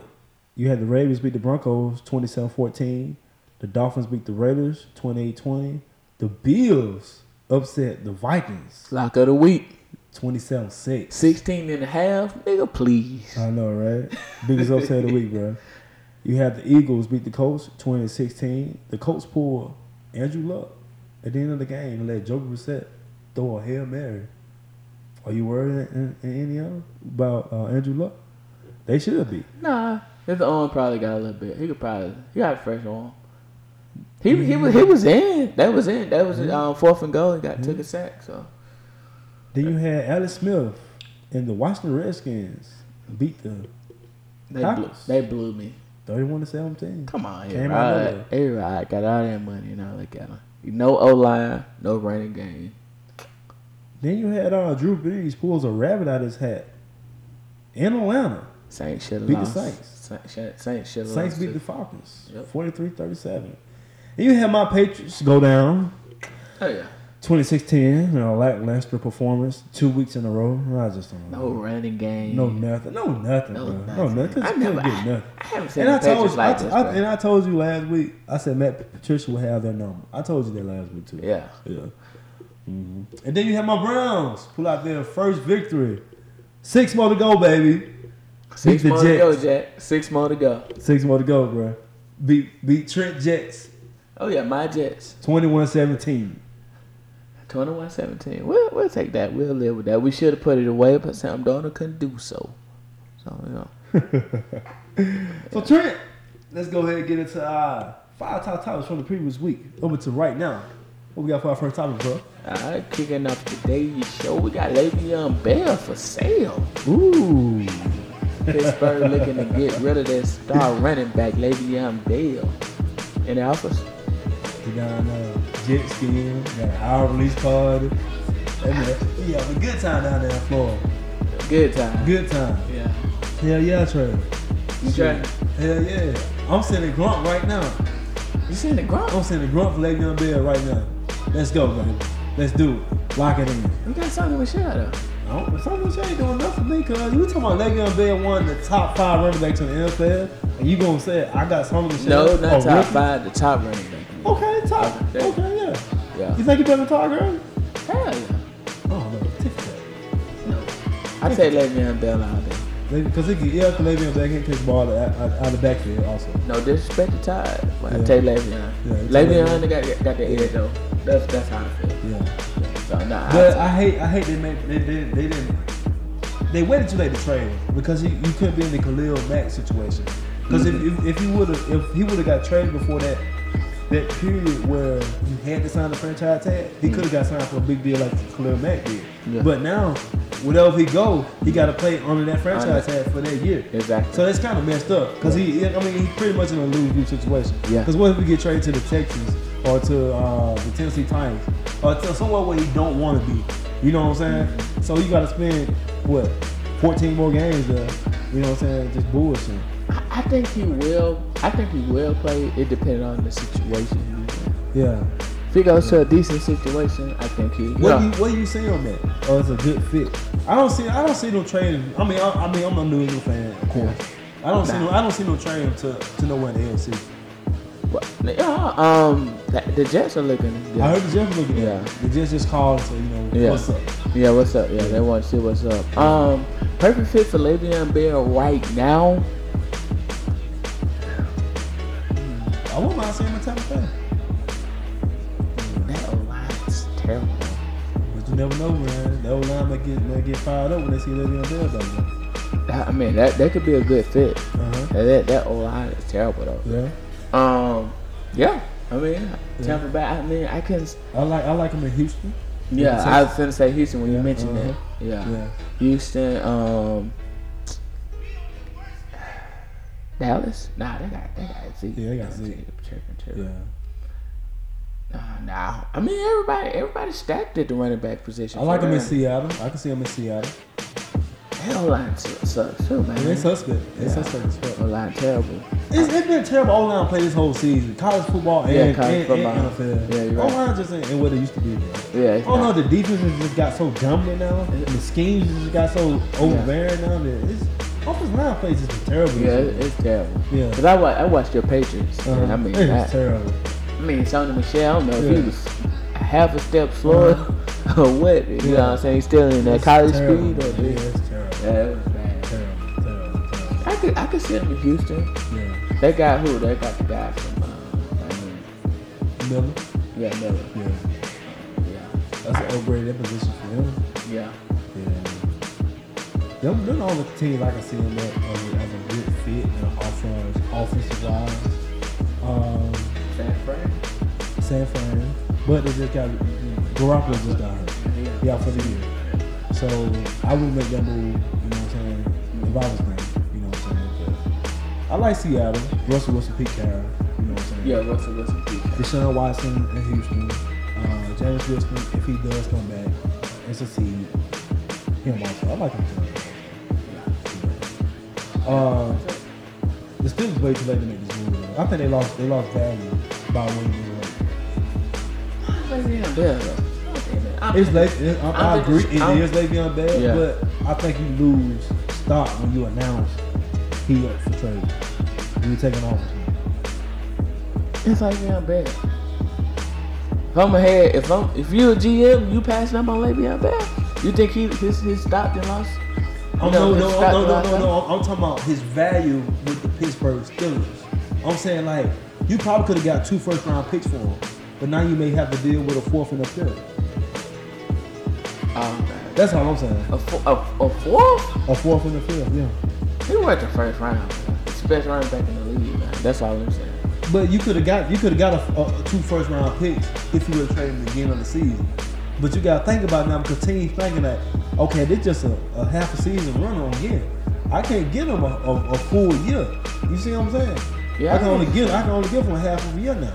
C: You had the Ravens beat the Broncos 27-14. The Dolphins beat the Raiders 28-20. The Bills upset the Vikings
D: Lock of the week.
C: 27-6.
D: 16 and a half. Nigga, please.
C: I know, right? Biggest upset of the week, bro. You had the Eagles beat the Colts 20 16. The Colts pulled Andrew Luck at the end of the game and let Joe Brissett throw a Hail Mary. Are you worried in, in, in Indiana about uh, Andrew Luck? They should be.
D: Nah. His arm probably got a little bit. He could probably. He got a fresh arm. He,
C: Mm-hmm.
D: he was he was in. That was in. That was um, fourth and goal. He got
C: Mm-hmm.
D: took a sack. So
C: Then you had Alex Smith and the Washington Redskins beat the
D: they blew,
C: Cowboys.
D: they blew me.
C: 31 to 17.
D: Come on,
C: Came
D: A
C: out
D: Rod.
C: of
D: A Rod got all that money and all that got him. No O line, no running game.
C: Then you had uh, Drew Brees pulls a rabbit out of his hat in Atlanta.
D: Saints should have
C: Beat the
D: lost.
C: Saints.
D: Saints. Saints should have lost.
C: Saints beat
D: too.
C: the Falcons
D: Yep.
C: 43 37. And you had my Patriots go down
D: Oh yeah.
C: 2016, you know, lackluster performance two weeks in a row. I just don't
D: No
C: know.
D: running game.
C: Mm-hmm. No, nothing. No, nothing.
D: No
C: No, bro. nothing. No, nothing.
D: nothing. I
C: I
D: never-
C: never get nothing.
D: I haven't seen
C: And I
D: the
C: told
D: Patriots
C: you, I
D: like
C: t-
D: this.
C: I-
D: bro.
C: and I told you last week. I said Matt Patricia would have their number. I told you that last week too.
D: yeah.
C: yeah. hmm And then you have my Browns pull out their first victory. Six more to go, baby.
D: Six
C: the
D: more to go,
C: Jets.
D: Jack. Six more to go.
C: Six more to go, bro. Beat beat Trent Jets
D: Oh yeah, my Jets.
C: 21-17.
D: 21-17. We'll, we'll take that. We'll live with that. We should have put it away, but Sam Donald couldn't do so. So you know.
C: So Trent, let's go ahead and get into uh, five top topics from the previous week over to right now. What we got for our first topic, bro?
D: Alright, kicking off today's show. We got Le'Veon Bell for sale.
C: Ooh,
D: Pittsburgh looking to get rid of their star running back, Le'Veon Bell. In the office,
C: we got uh, jet skiing, we got an hour release party. Hey man, yeah, a good time down there in Florida.
D: good time.
C: Good time.
D: Yeah.
C: Hell yeah, Trey.
D: You trying?
C: Hell yeah. I'm sending grunt right now.
D: You seen the
C: I'm
D: ground?
C: sending grunt for Le'Veon Bell right now. Let's go, man. Let's do it. Lock it in.
D: We got something with Shadow.
C: No, some of you ain't doing nothing, nigga. You talking about Le'Veon Bell one of the top five running backs in the NFL, and you gonna say I got some of the shit?
D: No, not
C: Oh,
D: top
C: rookie?
D: five, the top running back.
C: Okay, top.
D: Yeah.
C: Okay, yeah.
D: Yeah.
C: You think you better than Todd Gurley?
D: Hell yeah.
C: Oh no, take that.
D: No. I take Le'Veon Bell out there.
C: Because it can, yeah, because Le'Veon Bell can catch the ball out, out, out of the backfield also.
D: No disrespect to Todd, but I
C: Yeah.
D: take Le'Veon.
C: Yeah, you take
D: Le'Veon got, got the edge though. That's that's how I feel.
C: Yeah.
D: So nah,
C: But
D: I,
C: I hate, I hate they made, they, they, they didn't, they waited too late to trade him because he, you couldn't be in the Khalil Mack situation. Because if, if if you would have, if he would have got traded before that, that period where you had to sign the franchise tag, he could have got signed for a big deal like Khalil Mack did.
D: Yeah.
C: But now, wherever he go, he got to play under that franchise tag for that year.
D: Exactly.
C: So that's kind of messed up because he, I mean, he's pretty much in a lose lose situation.
D: Yeah.
C: Because what if we get traded to the Texans or to uh, the Tennessee Titans or to somewhere where he don't want to be? You know what I'm saying? So you got to spend what 14 more games there. You know what I'm saying? Just bullshit.
D: I, I think he will. I think he will play. It depends on the situation. he's in.
C: Yeah.
D: If he goes to a decent situation, I think he.
C: What
D: yeah.
C: do you what do you see him at? Oh, it's a good fit. I don't see I don't see no trading. I mean I, I mean I'm a New England fan, of course. I don't see no I don't see no trading to to nowhere in the AFC.
D: But, yeah, um, the, the Jets are looking. Good.
C: I heard the Jets looking at
D: Yeah.
C: it. The Jets just called and said, you know,
D: Yeah.
C: what's up?
D: Yeah, what's up? Yeah, they want to see what's up. Um, perfect fit for Le'Veon Bell right now.
C: I wouldn't mind seeing him in Tampa Bay.
D: That line's terrible.
C: But you never know, man. The old line might get might get fired up when they see Le'Veon Bell down there.
D: That, I mean, that that could be a good fit.
C: Uh-huh.
D: That that, that O line is terrible though.
C: Yeah.
D: Um, yeah. I mean, Tampa Bay. I mean, I can.
C: I like I like him in Houston.
D: Yeah,
C: Texas.
D: I was gonna say Houston when
C: Yeah,
D: you mentioned
C: uh-huh.
D: that. Yeah.
C: Yeah.
D: Houston. Um, Dallas. Nah, they got they got Zeke.
C: Yeah, they got Zeke.
D: Tripping, tripping.
C: Yeah.
D: Nah, nah. I mean, everybody, everybody stacked at the running back position.
C: I like
D: for
C: him in
D: real.
C: Seattle. I can see him in Seattle.
D: Hell, line su- sucks too, man.
C: And they suspect. They
D: Mm-hmm. Yeah.
C: suspect as fuck.
D: O line terrible.
C: It's, it's been terrible O line play this whole season. College football and,
D: Yeah, college
C: and, and
D: football.
C: NFL.
D: Yeah, you're right.
C: O line just ain't ain't what it used to be, bro.
D: Yeah,
C: I
D: it's
C: don't know.
D: not-
C: Oh, The defenses just got so dominant now. and The schemes just got so overbearing now that it's offensive line play has been terrible.
D: yeah, it- it's terrible.
C: Yeah.
D: Cause I, wa- I watched your Patriots.
C: Uh-huh.
D: and I mean,
C: it's
D: I,
C: terrible.
D: I mean, Tony Michelle. I don't know if
C: Yeah.
D: he was a half a step slower or what. You know what I'm saying? He's still in that
C: It's
D: college
C: terrible,
D: speed. Or
C: man. Yeah, it's terrible.
D: Yeah, it was bad.
C: Terrible, terrible, terrible.
D: I could, I could see him in Houston.
C: Yeah.
D: They got who? They got the guy from, um, I mean,
C: Miller.
D: yeah, Miller.
C: Yeah.
D: Yeah,
C: That's an upgrade that position for them.
D: yeah.
C: Yeah. Them, them all the teams I can see in that as a, as a good fit and offense, offensive wise. Um,
D: San Fran.
C: San Fran, but they just got Garoppolo just got hurt.
D: Yeah.
C: He out for the year. So I would make that move. You know what I'm saying? If I was playing, you know what I'm saying? But I like Seattle, Russell Wilson, Pete Carroll. You know what I'm saying?
D: Yeah, Russell Wilson. Pete.
C: Deshaun Watson in Houston, uh, James Winston, if he does come back and succeed, him also. I like him. Too. Uh, the Steelers way too late to make this move. though. I think they lost. They lost value by winning this way.
D: Le'Veon Bell, though. I'm-
C: It's late. It, I, I
D: I'm-
C: agree. It
D: I'm-
C: is Le'Veon Bell,
D: Yeah.
C: but I think you lose stock when you announce he up for trade. When you taking off.
D: It's like Le'Veon Bell. If I'm ahead, if I'm, if you a GM, you passing up on Le'Veon Bell. You think he his his stopped and lost?
C: Oh,
D: No,
C: no,
D: his
C: no, no,
D: stock
C: no, no,
D: last
C: no,
D: time?
C: no. I'm talking about his value with the Pittsburgh Steelers. I'm saying like you probably could have got two first round picks for him, but now you may have to deal with a fourth and a fifth.
D: Um,
C: That's all I'm saying.
D: a, fo- a, a fourth?
C: A fourth and a fifth, yeah.
D: He went the first round. man. He's the best running back in the league, man. That's all I'm saying.
C: But you could have got you could have got a, a, two first round picks if you would have traded at the beginning of the season. But you got to think about it now because teams thinking that okay, this just a, a half a season run on here. I can't give them a, a, a full year. You see what I'm saying?
D: Yeah,
C: I can
D: I
C: only
D: know.
C: give I can only give him half of a year now.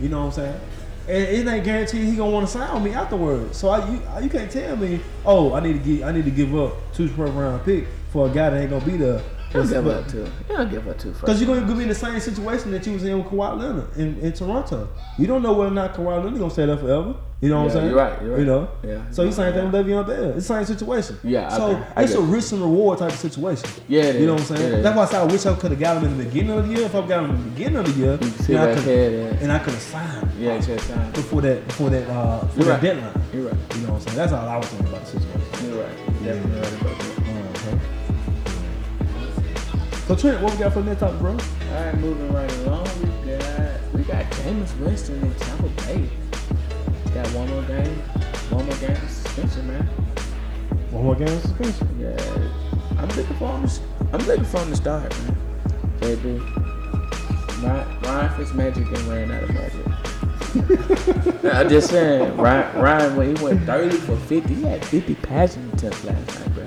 C: You know what I'm saying? And it ain't guaranteed he gonna want to sign with me afterwards. So I, you I- you can't tell me oh I need to give I need to give up two first round pick for a guy that ain't gonna be there.
D: He don't give up two. He don't give up two first.
C: Because you're going to be in the same situation that you was in with Kawhi Leonard in, in Toronto. You don't know whether or not Kawhi Leonard going to stay there forever. You know what I'm
D: Yeah,
C: saying?
D: you're right, you're right.
C: You know?
D: Yeah,
C: So you
D: you're
C: same
D: right,
C: thing with Le'Veon Bell. It's the same situation.
D: Yeah, I-
C: So
D: I
C: it's
D: get
C: a
D: it.
C: risk and reward type of situation.
D: Yeah, it
C: You know what I'm
D: is.
C: saying?
D: Yeah, it
C: That's why I said I wish I could have got him in the beginning of the year. If I got him in the beginning of the year,
D: sit
C: then I
D: back
C: could-
D: here, yeah.
C: and I could have signed him
D: Yeah, check time.
C: before that before that uh before
D: You're
C: that
D: right.
C: deadline.
D: You're right.
C: You know what I'm saying? That's all I was thinking about the situation.
D: You're right. You're Definitely right about that.
C: Uh-huh. So Trent, what we got for the next topic, bro?
D: All right, moving right along. We got we got Jameis Winston in Tampa Bay. Got one more game, one more game suspension, man.
C: One more game of suspension.
D: Yeah, I'm looking for him. To, I'm looking for him to start, man. Baby, Ryan, Ryan Fitzmagic and ran out of magic. I'm just saying, Ryan, Ryan when he went 30 for 50, he had 50 passing attempts last night, bro.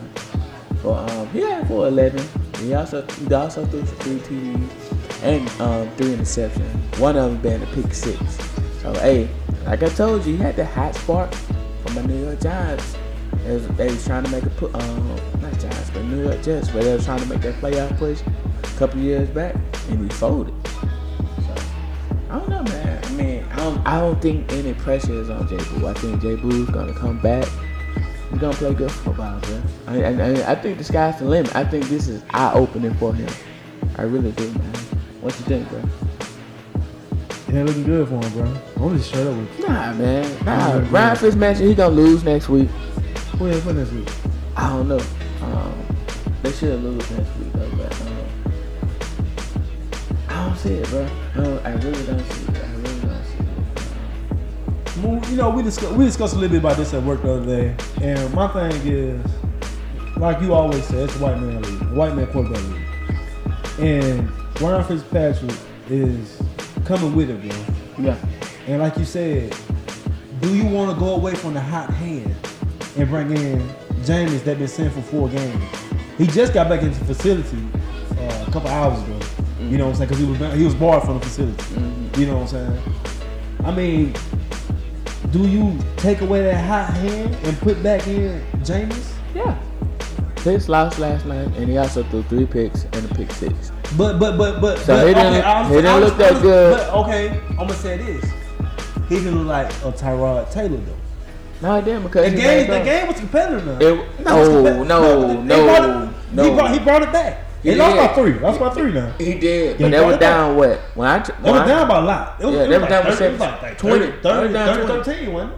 D: For um, he had for 11. He also he also threw for three TDs and um three interceptions. One of them being a pick six. So hey, like I told you, he had the hot spark from the New York Giants. They was, they was trying to make a put um not Giants but New York Jets, but they was trying to make that playoff push a couple years back, and he folded. So I don't know, man. I mean, I don't, I don't think any pressure is on Jay Boo. I think Jay Boo's gonna come back. He's gonna play good football, bro. I, I, I, I think the sky's the limit. I think this is eye opening for him. I really do, man. What you think, bro?
C: Yeah, looking good for him, bro. I'm just straight up with you.
D: Nah, man. Nah,
C: Mhm.
D: Ryan Fitzmagic, he gonna lose next week.
C: Who is for next week?
D: I don't know. Um, they should lose next week though, but um, I don't see it, bro. No, I really don't see it. I really don't see it.
C: Well, You know, we discuss, we discussed a little bit about this at work the other day, and my thing is, like you always say, it's a white man league, a white man quarterback league, and Ryan Fitzpatrick is coming with it, bro.
D: Yeah.
C: And like you said, do you want to go away from the hot hand and bring in Jameis that been sent for four games? He just got back into the facility uh, a couple hours ago. You know what I'm saying? Because he was he was barred from the facility.
D: Mm-hmm.
C: You know what I'm saying? I mean, do you take away that hot hand and put back in Jameis?
D: Yeah. Pitts lost last night, and he also threw three picks and a pick six.
C: But but but but
D: So
C: but,
D: he didn't-
C: I'm-
D: he didn't
C: I'm-
D: look that
C: I'm-
D: good.
C: But okay, I'm gonna say this: he didn't look like a Tyrod Taylor though.
D: No, I didn't because
C: The
D: he
C: game,
D: backed
C: the
D: up.
C: game was competitive. Now.
D: It-
C: No, it's
D: no,
C: competitive.
D: no,
C: they
D: no,
C: brought it-
D: no.
C: He brought, he brought it back.
D: He
C: He lost
D: did.
C: by three. Lost by three now.
D: He did,
C: Yeah,
D: but they were
C: backed up.
D: down what? When I t-
C: They
D: when
C: were
D: I-
C: down by a lot. It was,
D: Yeah,
C: it
D: they
C: was
D: were
C: like
D: down by
C: 30, it was
D: seven-
C: like
D: 20.
C: 30, 30,
D: They were down
C: 30,
D: 20.
C: 13, wasn't it?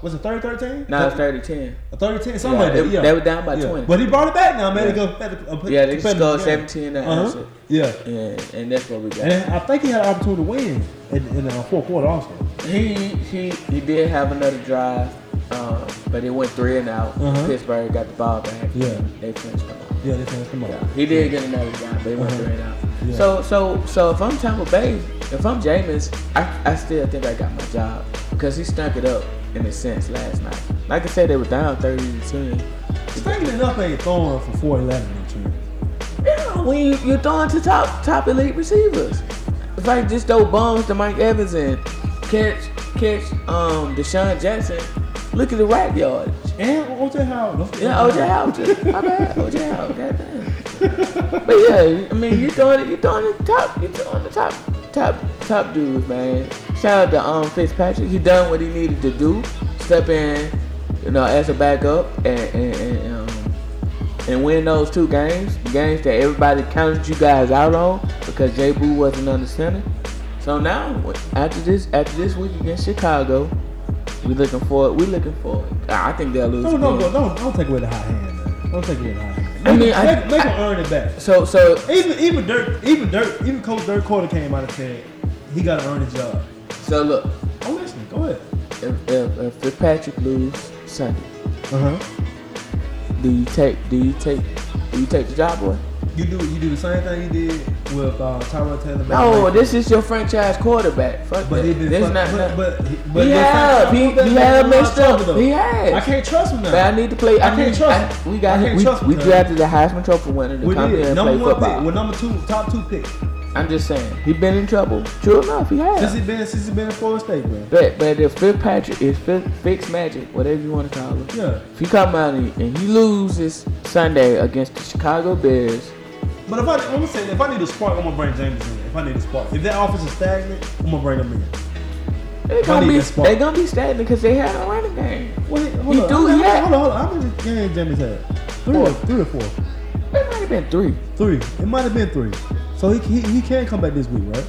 C: Was it 30, 13?
D: No, it's 30 10.
C: 30, 10, something like
D: they-
C: that. Yeah.
D: they were down by
C: Yeah.
D: 20.
C: But he brought it back now, man.
D: Yeah. Yeah, they scored 17 that
C: uh
D: answer.
C: Yeah.
D: And, and that's what we got.
C: And I think he had an opportunity to win in, in the fourth quarter also.
D: He he he did have another drive, um, but it went three and out.
C: Uh-huh.
D: Pittsburgh got the ball back.
C: Yeah.
D: They finished them off.
C: Yeah, they finished him
D: Yeah,
C: up.
D: he did get another drive, but it went
C: Uh-huh.
D: three and out.
C: Yeah.
D: So so so if I'm Tampa Bay, if I'm Jameis, I, I still think I got my job because he stunk it up in a sense last night. Like I said, they were down thirty to ten.
C: Stinking enough ain't throwing for 411 in turn.
D: Yeah, when you, you're throwing to top top elite receivers, if I just throw bombs to Mike Evans and catch catch um Deshaun Jackson, look at the rack yardage.
C: And OJ Howard. don't forget
D: Yeah, OJ Howard. just- My bad, OJ Howard. Goddamn. But yeah, I mean, you throwing it, you throwing the top, you throwing the top, top, top dudes, man. Shout out to um Fitzpatrick. He done what he needed to do. Step in, you know, as a backup and and, and um and win those two games, the games that everybody counted you guys out on because Jay Boo wasn't on the center. So now, after this, after this week against Chicago, we looking for we looking for. I think they'll lose.
C: No, Oh, no, no,
D: again.
C: don't, don't take away the hot hand, man. Don't take away the hot hand.
D: I
C: Make,
D: mean, I-
C: make, make
D: I-
C: him earn it back.
D: So so
C: Even even Dirk, even Dirk, even Coach Dirk Carter came out and said he got to earn his job.
D: so look,
C: I'm listening. Go ahead.
D: if, if, if Fitzpatrick lose Sunday,
C: Uh
D: Uh-huh.
C: huh.
D: do you take do you take do you take the job away?
C: You do you do the same thing you did with uh, Tyrod Taylor. back
D: No,
C: then.
D: Oh, this is your franchise quarterback. Fuck
C: but
D: that.
C: he been
D: This
C: fuck-
D: not,
C: but,
D: not-
C: but but
D: He
C: the fact-
D: have. He-
C: I'm not
D: he
C: gonna
D: have
C: lie, I'm
D: messed
C: talking
D: up.
C: though.
D: He has.
C: I can't trust him now.
D: But I need to play. I,
C: I can't
D: need,
C: trust
D: I,
C: him.
D: we got.
C: I can't
D: we
C: trust him,
D: we
C: man.
D: drafted the Heisman Trophy winner to
C: we
D: come here
C: did
D: and
C: number
D: play
C: one
D: football.
C: pick. Well, number two, top two pick.
D: I'm just saying, he been in trouble. True enough, he
C: Since
D: has.
C: he been since he been in Florida State, man.
D: but but if Fitzpatrick is fix magic, whatever you want to call it,
C: Yeah.
D: if he come out and, and he loses Sunday against the Chicago Bears,
C: But if I, I'm gonna say, if I need a spark, I'm gonna bring James in. If I need a spark, if that offense is stagnant, I'm gonna bring him in.
D: They
C: I
D: gonna
C: need
D: be
C: that spark.
D: they gonna be stagnant because they had a running game.
C: Wait, hold
D: You
C: on.
D: do
C: Hold on,
D: yet.
C: Hold on, hold on. How many games Jamie's had? Three, or, three or four?
D: It might have been three.
C: Three. It might have been three. So he, he he can come back this week, right?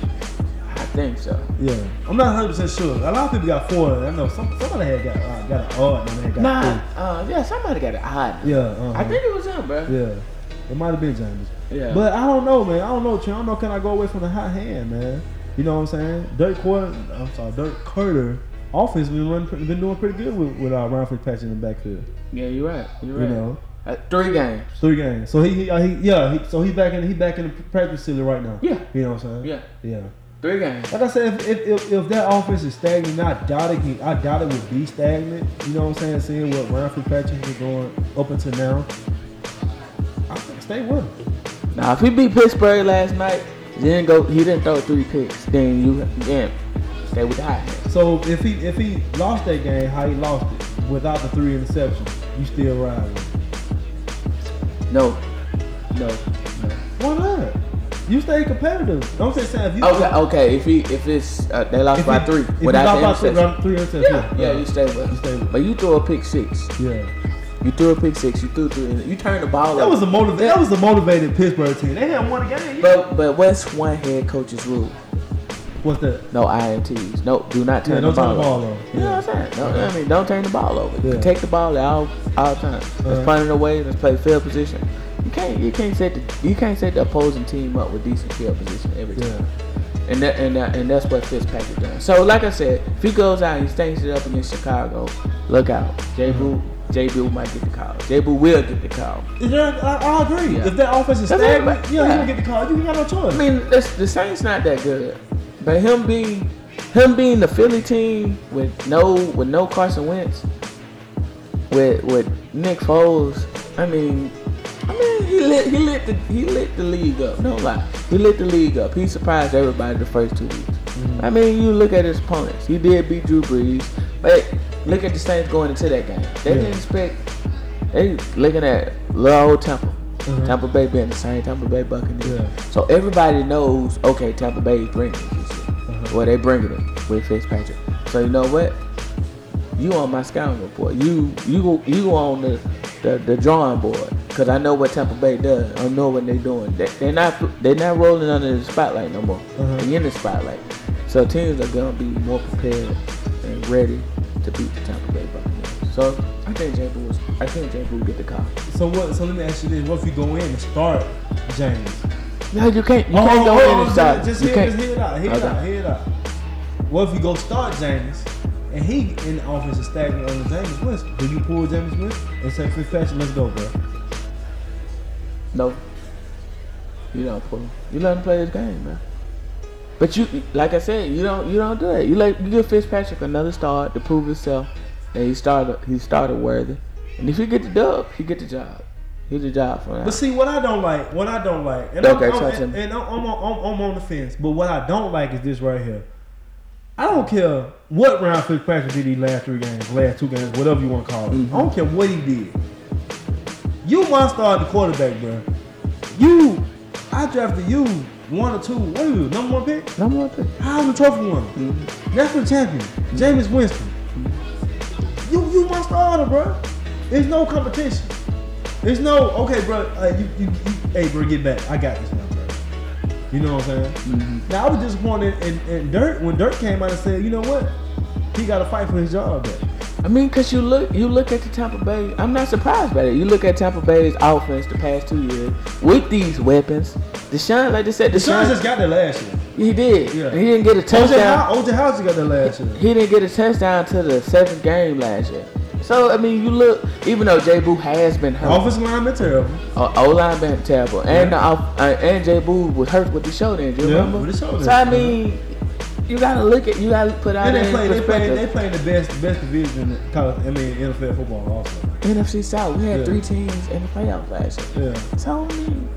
D: I think so.
C: Yeah. I'm not 100 percent sure. A lot of people got four. I know some somebody had got uh, got an odd and they got
D: Nah,
C: three.
D: uh, yeah, somebody got an odd.
C: Yeah. Uh-huh.
D: I think it was him, bro.
C: Yeah. It might have been James.
D: Yeah.
C: But I don't know, man. I don't know, Trey. I don't know. Can I go away from the hot hand, man? You know what I'm saying? Dirk Carter, I'm sorry, Dirk Carter. Offense been running, pretty- been doing pretty good with, with uh, Ronford Patch in the backfield.
D: Yeah, you're right. You're
C: You
D: right.
C: know.
D: Uh, three games.
C: Three games. So he, he, uh, he yeah. He, so he back in he back in the practice facility right now.
D: Yeah.
C: You know what I'm saying?
D: Yeah,
C: Yeah.
D: three games.
C: Like I said, if, if, if, if that offense is stagnant, I doubt it. Can, I doubt it would be stagnant. You know what I'm saying? Seeing what Ryan Fitzpatrick is going up until now, I think stay with him.
D: Now, if he beat Pittsburgh last night, didn't go, he didn't throw three picks. Then you, then stay with the high hand.
C: So if he if he lost that game, how he lost it without the three interceptions, you still ride with him.
D: No, no, no.
C: Why not? You stay competitive. Don't say saying if you
D: Okay, okay. If he, if it's uh, they lost
C: if
D: by
C: he-
D: three
C: if you
D: without
C: lost
D: the
C: by three,
D: interception,
C: round- three interceptions,
D: yeah, yeah, you stay with.
C: You stay with.
D: But you throw a pick six.
C: yeah.
D: You threw a pick six. You threw three. You turned the ball.
C: That
D: over.
C: was a motiv- That was a motivated Pittsburgh team. They had won a game. yeah.
D: But but what's one head coach's rule?
C: What's that?
D: No ints. No, do not turn
C: Yeah,
D: the
C: don't
D: ball.
C: turn the ball
D: over.
C: over.
D: You know
C: Yeah.
D: what I'm saying? No, I mean, don't turn the ball over.
C: Yeah.
D: Protect the ball at all all times. Let's
C: Uh-huh.
D: punt it away. Let's play field position. You can't you can't set the you can't set the opposing team up with decent field position every time.
C: Yeah.
D: And that, and that, and that's what Fitzpatrick done. So like I said, if he goes out and he stinks it up against Chicago, look out. J Boo
C: Mm-hmm.
D: J Boo might get the call. J Boo will get the call.
C: Is there, I, I agree.
D: Yeah.
C: If that offense is
D: That's
C: stagnant,
D: everybody-
C: yeah,
D: yeah.
C: you don't get the call. You got no choice.
D: I mean, that's, the Saints not that good, but him being him being the Philly team with no with no Carson Wentz, with with Nick Foles. I mean, I mean he lit he lit the he lit the league up. No lie, he lit the league up. He surprised everybody the first two weeks.
C: Mm-hmm.
D: I mean, you look at his opponents. He did beat Drew Brees, but look at the Saints going into that game. They
C: Yeah.
D: didn't expect. They looking at little old Temple. Tampa Bay being the same Tampa Bay Buccaneers.
C: Mm-hmm. Yeah.
D: So everybody knows, okay, Tampa Bay is bringing this shit.
C: Uh-huh.
D: Well, they bringing it with Fitzpatrick. So you know what? You on my scouting report. You you you on the the, the drawing board because I know what Tampa Bay does. I know what they're doing. They, they're not they're not rolling under the spotlight no more.
C: Uh-huh.
D: They in the spotlight. So teams are gonna be more prepared and ready to beat the Tampa Bay Buccaneers. So I think Jay Boo was I think Jay Boo will get the call.
C: So what? So let me ask you this: What if you go in and start James?
D: No, you can't. You can't go in and start.
C: Oh, Just
D: you
C: hear,
D: can't.
C: just hear it out. Hear it
D: Okay.
C: out. Hear it out. What if you go start James and he in the offense is stagnant on James West? Do you pull James West and say, Fitzpatrick, let's go, bro?
D: No. You don't pull. him. You let him play his game, man. But you, like I said, you don't. You don't do it. You let you give Fitzpatrick another start to prove himself. And he started. He started worthy. And if he get the dub, he get the job. He the job for now.
C: But see, what I don't like, what I don't like, and,
D: Okay,
C: I'm,
D: touch
C: I'm,
D: him.
C: and, and I'm, I'm, on, I'm, I'm on the fence. But what I don't like is this right here. I don't care what round Fitzpatrick did these last three games, last two games, whatever you want to call it.
D: Mm-hmm.
C: I don't care what he did. You my starting quarterback, bro. You, I drafted you one or two. What are you, number one pick?
D: no more. pick.
C: Heisman Trophy winner, national champion, Jameis Winston. You you my starter, bro. There's no competition. There's no okay, bro. Uh, you, you, you, hey, bro, get back. I got this now, bro. You know what I'm saying? Now I was disappointed in, in Dirt when Dirt came out and said, you know what, he got to fight for his job. Back.
D: I mean, cause you look, you look at the Tampa Bay. I'm not surprised by that. You look at Tampa Bay's offense the past two years with these weapons. Deshaun, like they said,
C: Deshaun
D: Deshaun,
C: just got that last year.
D: he did.
C: Yeah.
D: He didn't get a touchdown.
C: OJ, How- OJ Howard got that last year.
D: He didn't get a touchdown to the seventh game last year. So I mean, you look. Even though Jay Boo has been hurt,
C: Offensive lineman terrible.
D: uh, O line been terrible, and the off, uh, and Jay Boo was hurt with the shoulder injury.
C: Yeah,
D: remember?
C: with the shoulder
D: So I
C: injury.
D: mean, you gotta look at. You gotta put out
C: And
D: in
C: they play, they play,
D: perspective.
C: they play in the best, best division in college. I mean, NFL football also.
D: NFC South. We had
C: Yeah.
D: three teams in the playoffs last year.
C: Yeah.
D: So I mean,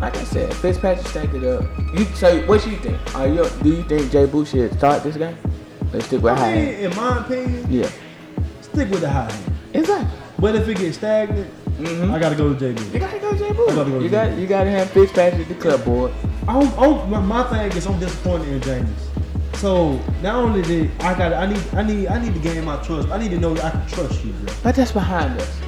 D: like I said, Fitzpatrick stacked it up. You so what you think? Are you do you think Jay Boo should start this game? Let's stick with
C: I mean,
D: high.
C: in my opinion,
D: Yeah.
C: stick with the high end.
D: Exactly.
C: But if it gets stagnant,
D: Mm-hmm.
C: I gotta go to
D: You
C: JB.
D: gotta go Jay
C: gotta
D: Boo.
C: go
D: You
C: Jay
D: got
C: Boo. Oh,
D: you gotta have Fitzpatrick the clipboard.
C: I'm, I'm, my, my thing is I'm disappointed in James. So not only did I got, I need, I need, I need to gain my trust. I need to know I can trust you, bro.
D: But that's behind us.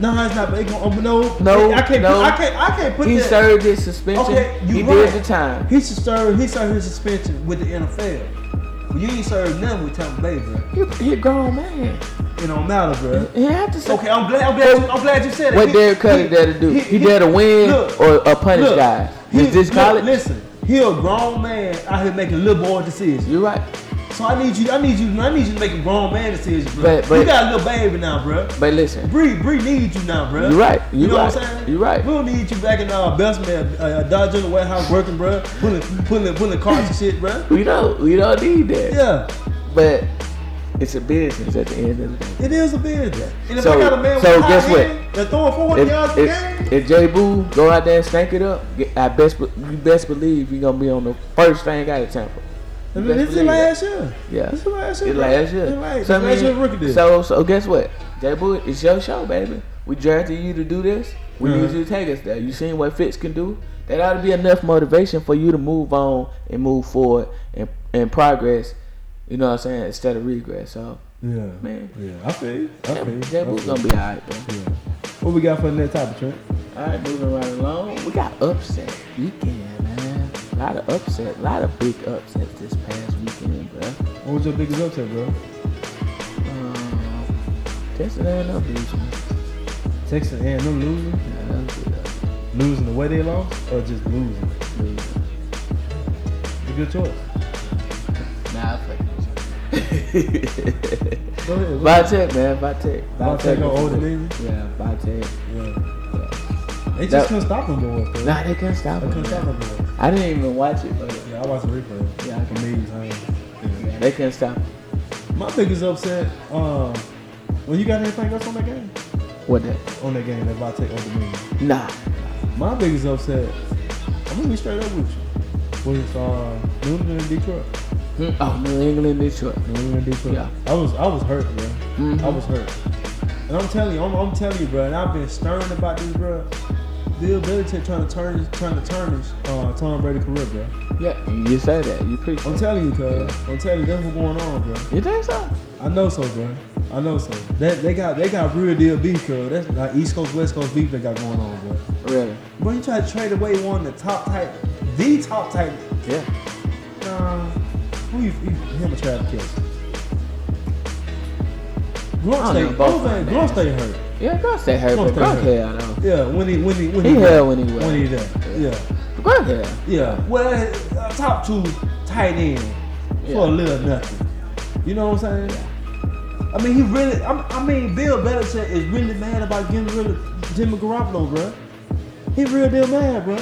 C: No, it's not. But it gonna, oh, no,
D: No,
C: I can't,
D: no.
C: I can't, I can't put
D: He
C: that.
D: served his suspension.
C: Okay, you
D: he
C: right.
D: did the time.
C: He should serve. He served his suspension with the NFL. But you ain't served nothing with Tampa Bay, bro.
D: He, he a grown man.
C: It don't matter, bro.
D: He had to say
C: Okay, I'm glad. I'm glad. You, I'm glad you said it.
D: Mm-hmm. what
C: He-
D: Derek Curry
C: he-
D: there to do. He, there to win
C: look,
D: or, or punish
C: look,
D: guys.
C: he-
D: Is this
C: look,
D: college?
C: Listen, he a grown man out here making little boy decisions.
D: You're right.
C: So I need you. I need you. I need you to make a grown man decision, bro.
D: But- but-
C: you got a little baby now, bro.
D: But listen,
C: Bree, Bree needs you now, bro.
D: You're right.
C: you
D: You're
C: know what
D: right.
C: I'm saying?
D: You're right.
C: We don't need you back in our best man, uh, Dodger in the warehouse working, bro. Pulling, pulling, pulling cars and shit, bro.
D: we don't we don't need that.
C: Yeah,
D: But it's a business at the end of the day.
C: it is a business. And if
D: So-
C: I got a man
D: so
C: with a
D: guess
C: high
D: what?
C: hand that throwing 40
D: If,
C: yards a game,
D: if, if Jay Boo go out there and stank it up, get- I best be- you best believe you gonna be on the first thing out of Tampa.
C: I
D: You
C: mean,
D: best
C: this is
D: believe that.
C: last year.
D: Yeah.
C: This is last year.
D: It
C: bro.
D: last year.
C: It's Right.
D: So, I
C: It's last
D: mean,
C: year rookie deal.
D: so so guess what? Jay Boo, it's your show, baby. We drafted you to do this. We
C: Mhm.
D: need you to take us there. You seen what Fitz can do? That ought to be enough motivation for you to move on and move forward and, and progress. You know what I'm saying? Instead of regress. So
C: yeah.
D: man.
C: Yeah. I feel you. I feel you.
D: Jay
C: I feel you.
D: Boo's gonna be alright, bro.
C: Yeah. What we got for the next topic, Trent?
D: All right, moving right along. We got upset weekend, man. A lot of upset, a lot of big upsets this past weekend, bro.
C: What was your biggest upset, bro?
D: Um, Texas A&M beat you.
C: Texas A&M losing,
D: Yeah, that was a good upset.
C: losing the way they lost, or just losing? It's a good choice.
D: Nah, I
C: Go ahead. Go ahead.
D: Vitek, man, Vitek.
C: Vitek on older nigga.
D: Yeah, Vitek.
C: Yeah.
D: Yeah.
C: They just
D: That-
C: couldn't stop them boys. though.
D: Nah, they couldn't stop
C: They
D: him.
C: couldn't stop them
D: man.
C: boys.
D: I didn't even watch it, but
C: Yeah, I watched the replay.
D: Yeah, I can-
C: amazing.
D: yeah, they couldn't stop him.
C: My biggest upset. Um, well, you got anything else on that game?
D: What the?
C: On that game, that Vitek over the moon.
D: Nah.
C: My biggest upset, I'm gonna be straight up with you, was uh, New England and Detroit.
D: Hmm. Oh, New England, Detroit.
C: New England and Detroit.
D: Yeah.
C: I was I was hurt, bro.
D: Mhm.
C: I was hurt. And I'm telling you, I'm, I'm telling you, bro. And I've been stern about this, bro. Bill Belichick trying to turn trying to turn his uh, Tom Brady career, bro.
D: Yeah, you say that. You preach
C: I'm
D: it.
C: telling you, cuz. I'm telling you, that's what's going on, bro.
D: You think so?
C: I know so, bro. I know so. That they got they got real deal beef, cuz. That's like East Coast West Coast beef they got going on, bro.
D: Really?
C: Bro, you try to trade away one of the top type, the top type
D: Yeah.
C: Nah, who you, you him or Travis Kelsey?
D: I
C: Gronk
D: don't know,
C: stay,
D: both
C: Gronk stay,
D: of them,
C: Gronk stay hurt.
D: Yeah, Gronk stay hurt, but
C: Gronk stay
D: Gronk
C: hurt.
D: hell though.
C: Yeah, when he when he when
D: He
C: he
D: held when he was.
C: when he there. Yeah,
D: Gronk hell.
C: yeah. Well, a top two tight end
D: Yeah.
C: for a little nothing. You know what I'm saying? I mean, he really. I'm, I mean, Bill Belichick is really mad about getting rid of Jimmy Garoppolo, bro. He real deal mad, bro.
D: You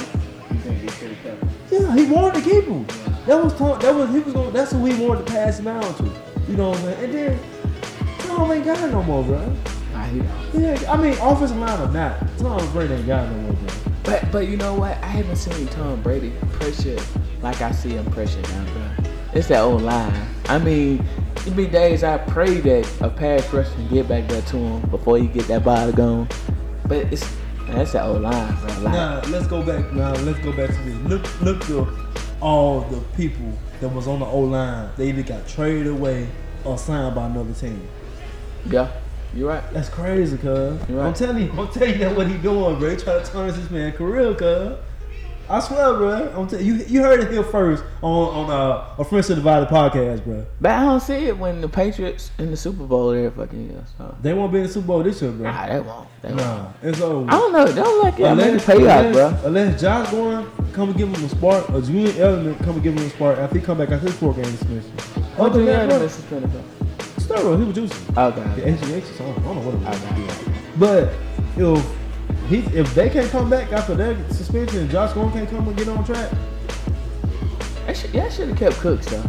D: think he should have kept
C: Yeah, he wanted to keep him. That was Tom, that was he was gonna that's who he wanted to pass him down to. You know what I'm saying? And then Tom ain't got it no more, bro.
D: I hear you.
C: Yeah, I mean offensive line or not, Tom Brady ain't got it no more, bro.
D: But but you know what? I haven't seen Tom Brady pressure like I see him pressure now, bro. It's that old line. I mean, it be days I pray that a pass rush can get back there to him before he get that ball gone. But it's man, that's that old line, bro. Like,
C: Now let's go back now, let's go back to this. Look look to all the people that was on the O line, they either got traded away or signed by another team.
D: yeah, you right.
C: That's crazy, cuz.
D: You right.
C: I'm telling you, I'm telling you that what he doing, bro. He trying to turn this man career, cuz. I swear, bro. I'm tell you, you heard it here first on on uh, a Friends of Divided podcast, bro.
D: But I don't see it when the Patriots in the Super Bowl every fucking year. So
C: They won't be in the Super Bowl this year, bro.
D: nah, they won't. They won't.
C: Nah, it's over.
D: I don't know. They don't like it. I mean,
C: Unless,
D: pay out, bro.
C: unless, unless Josh Gordon come and give him a spark, or Julian Edelman come and give him a spark after he come back after his four game suspension.
D: Oh,
C: Other than
D: the Oh, man
C: that,
D: been
C: bro,
D: suspended for.
C: steroid, he was juicing. The
D: Okay.
C: HGH is on. I don't know what it was.
D: Okay.
C: But if he, if they can't come back after their suspension and Josh Gordon can't come and get on track,
D: That should, yeah, I should have kept Cooks though.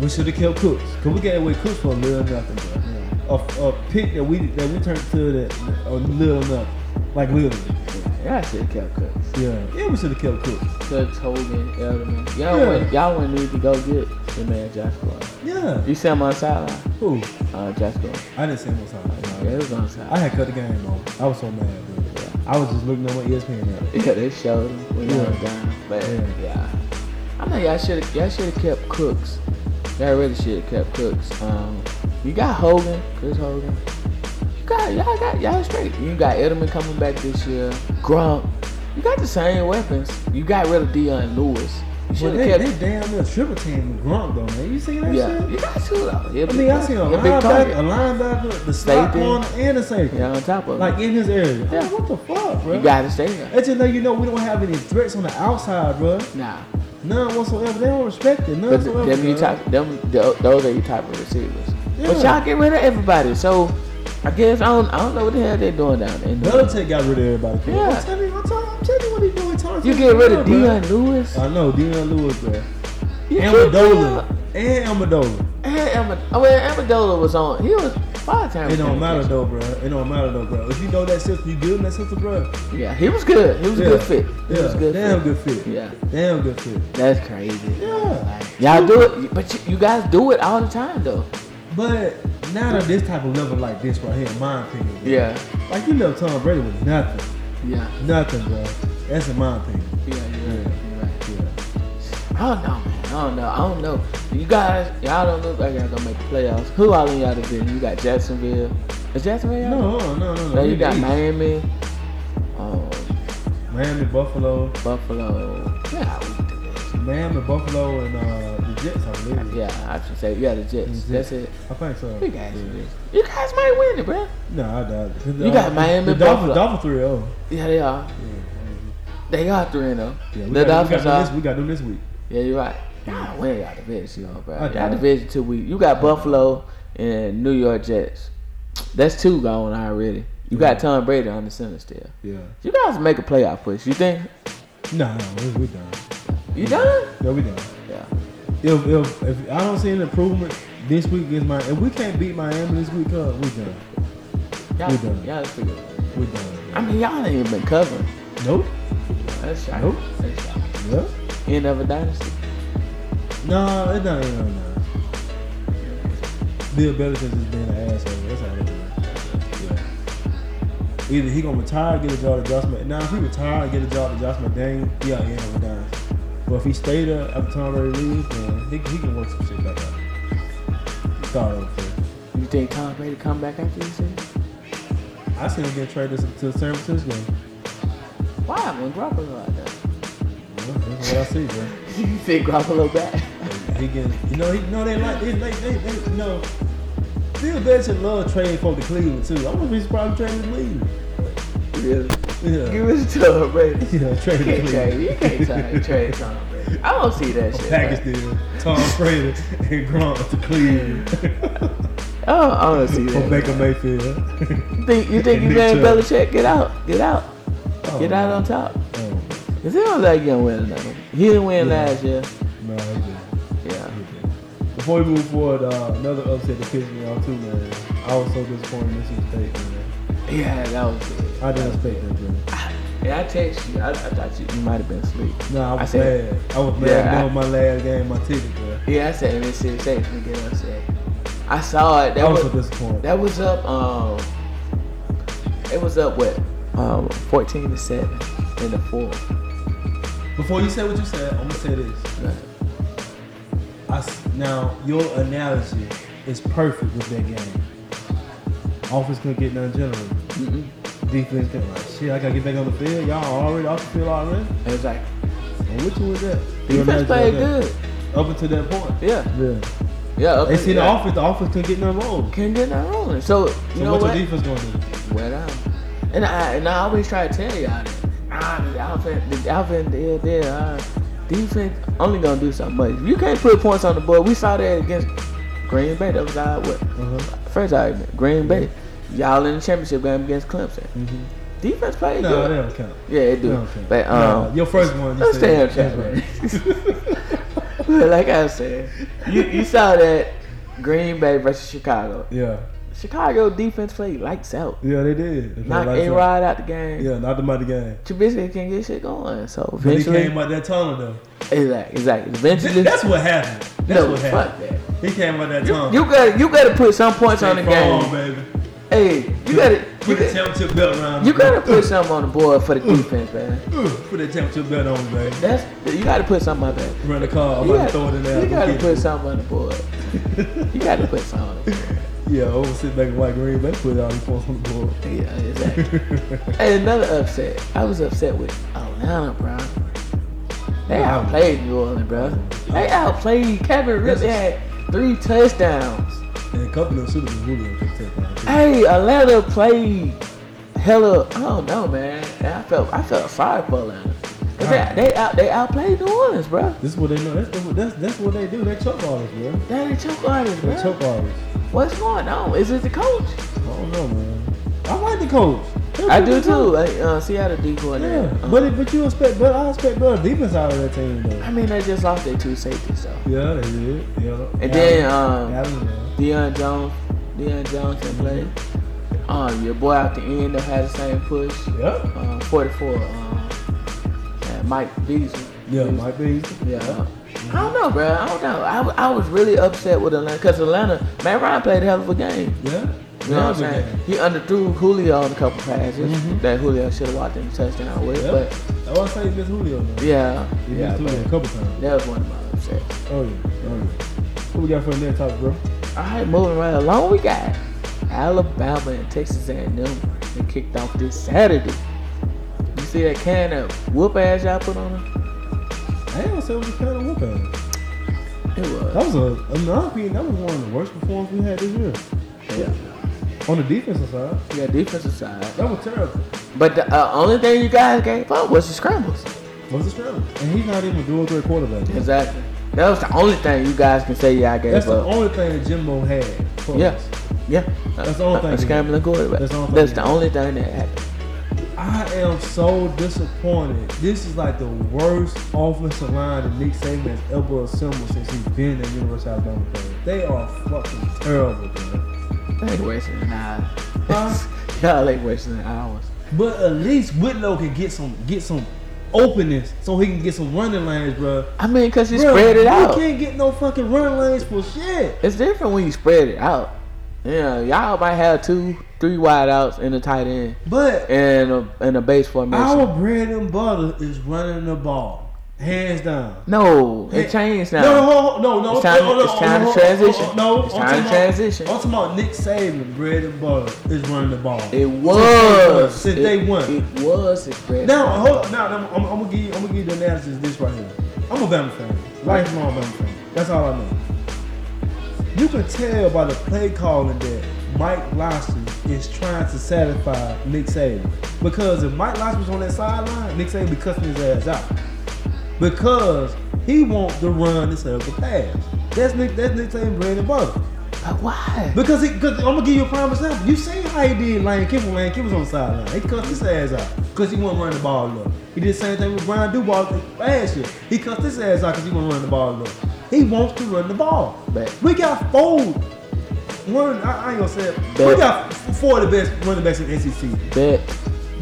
C: we should have kept Cooks. Cause we gave away Cooks for a little nothing, bro. A, a pick that we that we turned to that a little nothing, like literally.
D: Yeah, I should have kept Cooks.
C: Yeah, yeah, we should have kept Cooks.
D: Cooks, Hogan, Edelman. Y'all
C: Yeah.
D: went. Y'all went need to go get the man Josh Gordon.
C: Yeah,
D: You see him on the sideline.
C: who?
D: Uh, Josh Gordon.
C: I didn't say no time.
D: Yeah, it was on the
C: I
D: sideline.
C: had cut the game off. I was so mad, bro. I was just looking at my E ESPN app.
D: Yeah, they showed him when y'all
C: Yeah.
D: was down. But
C: Yeah.
D: yeah, I know y'all should. Y'all should have kept Cooks That really shit kept cooks. Um, you got Hogan, Chris Hogan. You got y'all got y'all straight. You got Edelman coming back this year. Grump. You got the same weapons. You got rid of Dion Lewis. You
C: But
D: should
C: they,
D: have
C: they
D: kept.
C: damn near triple team Grunt though, man. You seen that
D: Yeah,
C: shit?
D: you got two though. He'll
C: I
D: be-
C: mean, I seen a
D: he'll be target.
C: linebacker, a linebacker, the slot
D: Safety.
C: corner, and a safety.
D: Yeah, on top of
C: Like
D: like
C: in his area. I'm
D: Yeah.
C: like, what the fuck, bro?
D: you gotta stay there.
C: That just let you know we don't have any threats on the outside, bro.
D: Nah,
C: None whatsoever. They don't respect it. None
D: but
C: whatsoever.
D: them you
C: bruh.
D: type them tho- those are your type of receivers. But
C: Yeah.
D: y'all get rid of everybody. So I guess I don't I don't know what the hell they're doing down there. in New Orleans.
C: Belichick got rid of everybody. kid.
D: Yeah.
C: I'm telling you, I'm telling you, I'm telling you what he doing. Tom
D: You
C: Thibodeau,
D: get rid
C: bruh.
D: of Dion Lewis.
C: I know Deion Lewis, bro.
D: You
C: And
D: could
C: Amendola. And Amendola.
D: And Amad- oh, well, Amendola was on. He was five times.
C: It don't matter though, bro. It don't matter though, bro. If you know that system, you good in that system, bro.
D: Yeah, he was good. He was a good fit. He
C: Yeah.
D: was a good.
C: Damn
D: fit.
C: good fit.
D: Yeah.
C: Damn good fit.
D: That's crazy.
C: Yeah.
D: Y'all do it, but you, you guys do it all the time though.
C: But not at this type of level like this right here, in my opinion. bro.
D: Yeah.
C: Like you left Tom Brady with nothing.
D: Yeah.
C: Nothing, bro. That's in my opinion.
D: Yeah. Yeah. You're right.
C: Yeah.
D: I don't know, man. I don't know. I don't know. You guys, y'all don't look like y'all gonna make the playoffs. Who all in y'all division? You got Jacksonville. Is Jacksonville? y'all?
C: No, no, no, no.
D: No,
C: We
D: you got
C: the East.
D: Miami, um,
C: Miami, Buffalo,
D: Buffalo. Yeah, we the division.
C: Miami, Buffalo, and uh, the Jets. I believe.
D: yeah, I should say yeah, the Jets.
C: The Jets.
D: That's it.
C: I think so.
D: You guys, you guys might win it, bruh.
C: No, I doubt it.
D: You got Miami,
C: The Dolphins,
D: Buffalo.
C: Dolphins three oh. zero.
D: Yeah, they are. They are three and zero.
C: Yeah, we got,
D: The
C: we
D: Dolphins
C: got, them this,
D: are.
C: we got them this week.
D: Yeah, you're right. Y'all win y'all division, y'all, bro.
C: I
D: Y'all
C: do.
D: division two week. You got Buffalo and New York Jets. That's two gone already. You got
C: Mm-hmm.
D: Tom Brady on the center still.
C: Yeah.
D: You guys make a playoff push. You think?
C: Nah, no, we, we done.
D: You done?
C: Yeah, we done.
D: Yeah.
C: If, if if I don't see an improvement this week against Miami, if we can't beat Miami this week, uh, we done.
D: Y'all,
C: We done.
D: y'all figure. it out.
C: We done.
D: I mean, y'all ain't even been covering.
C: Nope.
D: That's shocking.
C: Nope.
D: That's shocking.
C: Yeah.
D: End of a dynasty.
C: Nah, it not. It not. Nah. Bill Belichick is being an asshole. That's all it is. Yeah. Either he gonna retire, get a job to Josh McDaniel. Now, if he retire and get a job to Josh McDaniel, he out here in the dynasty. But if he stayed up after Tom Brady leaves, then he, he can work some shit back out. Start over. first.
D: You think Tom Brady come back after this season?
C: I seen him get traded to San Francisco.
D: Why? When Garoppolo out there?
C: Well, that's what I see, bro.
D: you think Garoppolo back?
C: He getting, you know, he, no, they like, they, they, they, they you know, Bill Belichick love trading for the Cleveland too. I wouldn't be surprised if he traded to Cleveland.
D: really?
C: Yeah,
D: Give it to Tom Brady.
C: yeah,
D: You
C: traded
D: can't
C: to
D: trade.
C: Cleveland.
D: You can't trade, trade Tom Brady. I don't see that shit.
C: Package
D: bro.
C: deal. Tom Brady and Gronk to Cleveland
D: I don't, Oh, I don't see
C: for
D: that.
C: Baker
D: bro.
C: Mayfield.
D: You think you think you
C: Nick
D: made
C: Chubb.
D: Belichick get out? Get out. Get out on top.
C: Oh,
D: Cause he don't like you win another. one. He didn't win
C: Yeah.
D: last year.
C: no, he didn't.
D: Yeah.
C: Before we move forward, uh, another upset that pissed me off too, man. I was so disappointed in Mississippi State, man.
D: Yeah, that was it.
C: I didn't expect that, bro.
D: Yeah, I text you. I, I thought you, you might have been asleep.
C: No, I was
D: said,
C: mad. I was mad
D: Yeah, I-
C: doing my last game, my ticket, bro.
D: Yeah, I said Mississippi State gonna get upset. I saw it. That
C: I was
D: was,
C: so disappointed.
D: that was up. Um, it was up what? Um, fourteen to seven in the fourth.
C: Before you say what you said, I'm gonna say this. I s now your analogy is perfect with that game. Offense couldn't get none general.
D: Mm-mm.
C: Defense couldn't like shit. I gotta get back on the field. Y'all already off the field already.
D: It was like
C: And which one was that? Your
D: defense
C: analogy
D: played
C: was
D: good.
C: that. Up until that point.
D: Yeah,
C: Yeah.
D: yeah. Up
C: They see the
D: yeah.
C: offense. The offense couldn't get nothing wrong.
D: Can't get that rolling. So you
C: So
D: know
C: what's
D: what?
C: your defense gonna do?
D: Well down. And I and I always try to tell y'all that. Ah, the offense, the offense, they're there. Uh, defense only gonna do so much. You can't put points on the board. We saw that against Green Bay. That was our what
C: Uh-huh.
D: first argument. Green Bay. Y'all in the championship game against Clemson. Defense
C: Mm-hmm.
D: played
C: No,
D: good.
C: they don't count.
D: Yeah, it
C: They
D: do.
C: don't count.
D: But
C: Nah,
D: um,
C: your first one. You
D: let's stay on
C: said,
D: track.
C: that's right.
D: but like I said, you, you saw that Green Bay versus Chicago.
C: Yeah.
D: Chicago defense played lights out.
C: Yeah, they did. They
D: Knocked
C: played lights
D: A
C: out.
D: Rod out the game.
C: Yeah, knocked them out of the game.
D: Trubisky can get shit going. So
C: But he
D: eventually,
C: came out that tunnel though.
D: exactly, exactly. Eventually,
C: That's what happened. That's
D: no,
C: what
D: fuck
C: happened.
D: that.
C: He came out that tunnel.
D: You got, to you got to put some points on the
C: Come
D: game.
C: on, baby.
D: hey, you got to,
C: Put that championship belt around
D: You
C: him.
D: gotta put something on the board for the defense, man.
C: Put that championship belt on him, baby.
D: That's you gotta put something on that.
C: Run the car. I'm
D: You
C: about to
D: gotta,
C: throw it in there.
D: you
C: Go
D: gotta
C: get
D: put
C: it.
D: something on the board. you gotta put something on the board.
C: Yeah, over sit back and white green. They put all these points on the board.
D: Yeah, exactly. and another upset. I was upset with Atlanta, bro. They
C: Yeah, I was-
D: outplayed New Orleans, bro. They outplayed Kevin Ridley had three touchdowns.
C: And a couple of them should have been Julio just take that.
D: Hey, Atlanta played hella. I don't know, man. And I felt I felt sorry for Atlanta. 'Cause They, they out they outplayed New Orleans, bro.
C: This is what they know. That's, that's, that's what they do. They choke artists, man.
D: They the choke artists,
C: They
D: bro.
C: choke artists.
D: What's going on? Is it the coach?
C: I don't know, man. I like the coach. They're
D: I do
C: pretty good.
D: too. I, uh, Seattle D coordinator.
C: Yeah,
D: Uh,
C: but it, but you expect better. I expect better defense out of that team, though.
D: I mean, they just lost their two safeties though.
C: Yeah, they did. Yeah.
D: And then, um,
C: Allen, man.
D: Deion Jones, Deion Jones can play. Um, your boy out the end that had the same push.
C: Yep.
D: Um, 44. Um, yeah, Mike Beasley.
C: Yeah,
D: Beasley.
C: Mike Beasley.
D: Yeah. I don't know, bro. I don't know. I, w- I was really upset with Atlanta because Atlanta, man, Ryan played a hell of a game.
C: Yeah. Mm-hmm.
D: You know what I'm saying? He underthrew Julio on a couple passes that Julio should have walked in the touchdown with.
C: Yeah. I want to say he missed Julio, man.
D: But yeah,
C: He
D: yeah,
C: missed Julio a
D: but
C: couple times.
D: that was one of my upsets.
C: Oh yeah. Oh yeah. What we got for the next topic, bro?
D: All right, moving right along, we got Alabama and Texas A&M that kicked off this Saturday. You see that can of whoop ass y'all put on them?
C: I ain't gonna say it was kind of whooping.
D: It was.
C: That was a, in my opinion, that was one of the worst performances we had this year
D: Yeah.
C: on the defensive side.
D: Yeah, defensive side.
C: That was terrible.
D: But the uh, only thing you guys gave up was the scrambles.
C: Was it terrible? And he's not even a dual threat quarterback.
D: Exactly. That was the only thing you guys can say y'all gave
C: That's the
D: up.
C: only thing that Jimbo had. for
D: yeah.
C: us.
D: Yeah.
C: That's the only
D: A-
C: thing
D: A
C: you-
D: scrambling quarterback.
C: That's the only thing
D: That's
C: you
D: the
C: got.
D: only thing that happened.
C: I am so disappointed. This is like the worst offensive line that Nick Saban has ever assembled since he's been at University of Alabama. man. They are fucking terrible, man.
D: They ain't wasting an hour.
C: Huh?
D: y'all ain't wasting hours.
C: But at least Whitlow can get some get some openness so he can get some running lanes, bro.
D: I mean, because you spread it out.
C: You can't get no fucking running lanes for shit.
D: It's different when you spread it out. Yeah, y'all might have two, three wideouts and a tight end
C: But
D: and a, and a base formation.
C: our bread and butter is running the ball, hands down.
D: no,
C: Yeah.
D: it changed now.
C: No, no, no, no.
D: It's time-
C: no, no,
D: it's
C: no,
D: time to
C: no,
D: transition.
C: no, No,
D: It's
C: I'm
D: time to
C: talking about-
D: transition.
C: I'm talking about Nick Saban, bread and butter, is running the ball.
D: It was.
C: Since
D: it,
C: day one.
D: It was. It spread
C: Now, hold on. Now, I'm, I'm, I'm gonna give you, I'm gonna give you the analysis. of This right here. I'm a Bama fan, lifelong Bama fan. That's all I know. You can tell by the play calling that Mike Lawson is trying to satisfy Nick Saban because if Mike Lawson was on that sideline, Nick Saban be cussing his ass out because he wants to run instead of the pass. That's Nick. That's Nick Saban bread and butter.
D: But why?
C: Because he, cause I'm gonna give you a prime example. You seen how he did Lane Kiffin. when Lane Kiffin was on the sideline. He cussed his ass out because he wasn't running the ball up. He did the same thing with Brian Dubois last year. He cussed his ass out because he wasn't running the ball up. He wants to run the ball.
D: Bet.
C: We got four. One, I, I ain't gonna say it.
D: Bet.
C: We got f- four of the best running backs in the SEC.
D: Bet.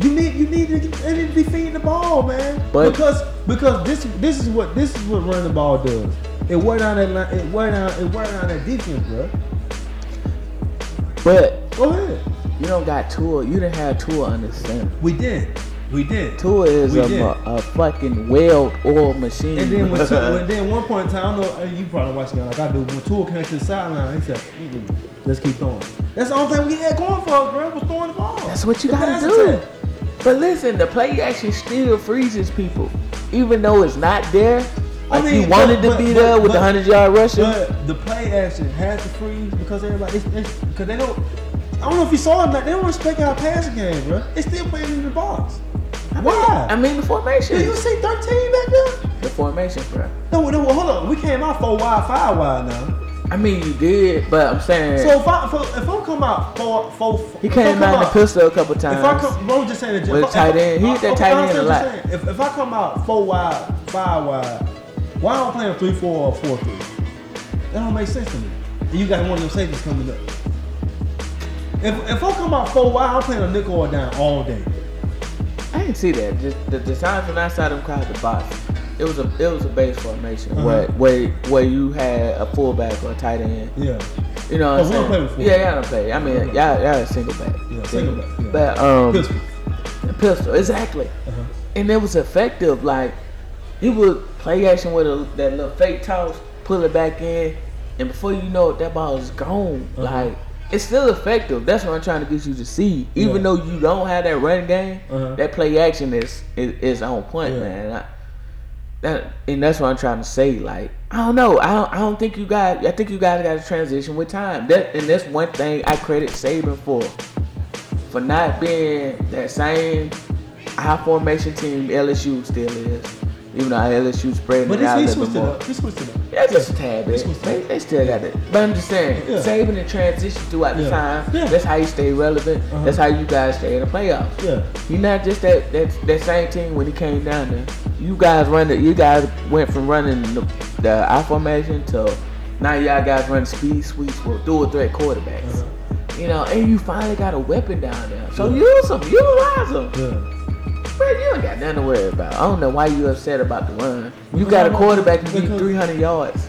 C: You need you need to, get- they need to be feeding the ball, man.
D: But-
C: because because this this is what this is what running the ball does. It wear down that line, it wear down it wear down that defense, bro.
D: But
C: Go ahead.
D: you don't got Tua. You didn't have Tua on the center.
C: We did. We did.
D: Tua is
C: We
D: a,
C: did.
D: mu- a fucking well-oiled machine.
C: And then when, two, and then one point in time, I know and you probably watching it like I do. When Tua came to the sideline, he said, Mm-mm, "Let's keep throwing." That's the only thing we had going for us, bro. Was throwing the ball.
D: That's what you
C: The
D: gotta
C: pass
D: do.
C: attack.
D: But listen, the play action still freezes people, even though it's not there.
C: I
D: Like
C: mean,
D: he wanted
C: but-
D: to
C: but-
D: be
C: but-
D: there with the
C: but-
D: hundred yard rushing.
C: But the play action has to freeze because everybody, it's, it's, because they don't. I don't know if you saw it, like they don't respect our passing game, bro. It's still playing in the box. Why?
D: I mean the formation.
C: Did you see 13 back there?
D: the formation, bro.
C: No, no, hold on. We came out four wide, five wide now.
D: I mean you did, but I'm saying
C: So if I if, if I'm come out four four,
D: he
C: if I
D: came
C: come
D: out in the pistol a couple times.
C: If I come, I'm just saying that
D: With
C: if I-
D: tight end. He hit that
C: okay,
D: tight
C: I'm
D: end a
C: just
D: lot.
C: saying, If, if I come out four wide, five wide, why am I playing three four or four three? That don't make sense to me. And you got one of them safeties coming up. If if I come out four wide, I'm playing a nickel or a dime all day.
D: I didn't see that. Just the, the times when I saw them cross the box, it was a it was a base formation
C: Uh-huh.
D: where, where where you had a fullback or a tight end.
C: Yeah.
D: It You know
E: Oh,
D: what
E: we don't
D: I'm
E: play
D: saying?
E: with four.
D: Yeah, y'all don't play. I mean, y'all, y'all a single back.
E: Yeah, single back, yeah.
D: But, um,
E: Pistol.
D: pistol, exactly.
E: Uh-huh.
D: And it was effective. Like, he would play action with a, that little fake toss, pull it back in, and before you know it, that ball is gone.
E: Uh-huh.
D: Like, it's still effective. That's what I'm trying to get you to see. Even
E: Yeah.
D: though you don't have that running game,
E: Uh-huh.
D: that play action is is, is on point,
E: Yeah.
D: man. I, that, and that's what I'm trying to say. Like I don't know. I don't, I don't think you guys. I think you guys got to transition with time. That and that's one thing I credit Saban for, for not being that same high formation team LSU still is. Even though LSU spreading
E: But
D: it out
E: this,
D: a
E: he switched
D: little bit
E: it
D: more.
E: up. He switched it up.
D: Yeah, just a tad bit.
E: This was-
D: They, they still got it. But I'm just saying,
E: Yeah.
D: saving and transition throughout
E: Yeah.
D: the time.
E: Yeah.
D: That's how you stay relevant.
E: Uh-huh.
D: That's how you guys stay in the playoffs.
E: Yeah.
D: You're not just that, that that same team when he came down there. You guys run the, you guys went from running the, the I formation to now y'all guys run speed sweeps with dual threat quarterbacks. You know, and you finally got a weapon down there. So
E: Uh-huh. Yeah.
D: use them, utilize them.
E: Yeah.
D: Man, you ain't got nothing to worry about. I don't know why you upset about the run. You got a quarterback who need
C: Because-
D: 300 yards.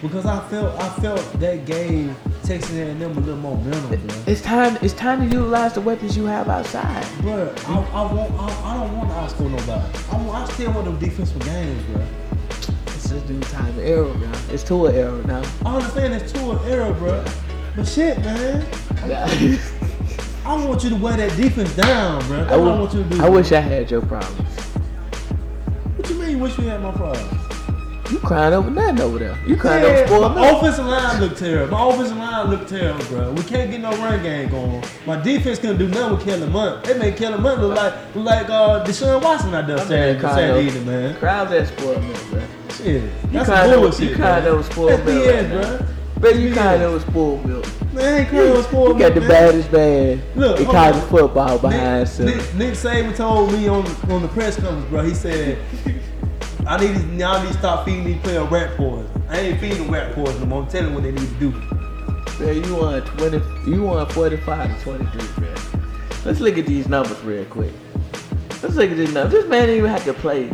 C: Because I felt I felt that gave Texas A&M a little momentum, bro.
D: It's time. It's time to utilize the weapons you have outside.
C: Bro, I, I want I, I don't want to outscore nobody. I, want, I still want them defensive games, bro.
D: It's just due time to arrow now. It's to an arrow now.
C: I understand it's two and error, bro. But shit, man, I want you to wear that defense down, bro. That's
D: I,
C: what I
D: wi-
C: want you to do.
D: I wish I had your problems.
C: What you mean? You wish we had my problem?
D: You crying over nothing over there. You crying
C: Yeah,
D: over spoiled
C: my
D: milk.
C: offensive line look terrible. My offensive line look terrible, bro. We can't get no run game going. My defense couldn't do nothing with Kellen Munt. They made Kellen Munt look like look like uh, Deshaun Watson out there
D: I'm
C: Saturday,
D: being kind
C: Saturday
D: of-
C: evening, man.
D: Crying over that spoiled milk, bro.
C: Shit, that's
D: crying
C: some
D: over-
C: bullshit.
D: you crying
C: bro.
D: over spoiled
C: That's
D: milk
C: BS,
D: right now.
C: bro.
D: But you
C: Yeah.
D: crying over spoiled milk.
C: Man, I ain't crying over spoiled
D: You got the
C: milk, man.
D: baddest bad
C: Look,
D: in
C: hold
D: college
C: on.
D: football behind
C: Nick,
D: us.
C: Nick, Nick Saban told me on on the press conference, bro. He said, "I need these- y'all need to stop feeding these players rat poison. I ain't feeding them rat poison no more. I'm telling them what they need to do."
D: Man, you won twenty. You won forty-five to twenty-three, man. Let's look at these numbers real quick. Let's look at these numbers. This man didn't even have to play.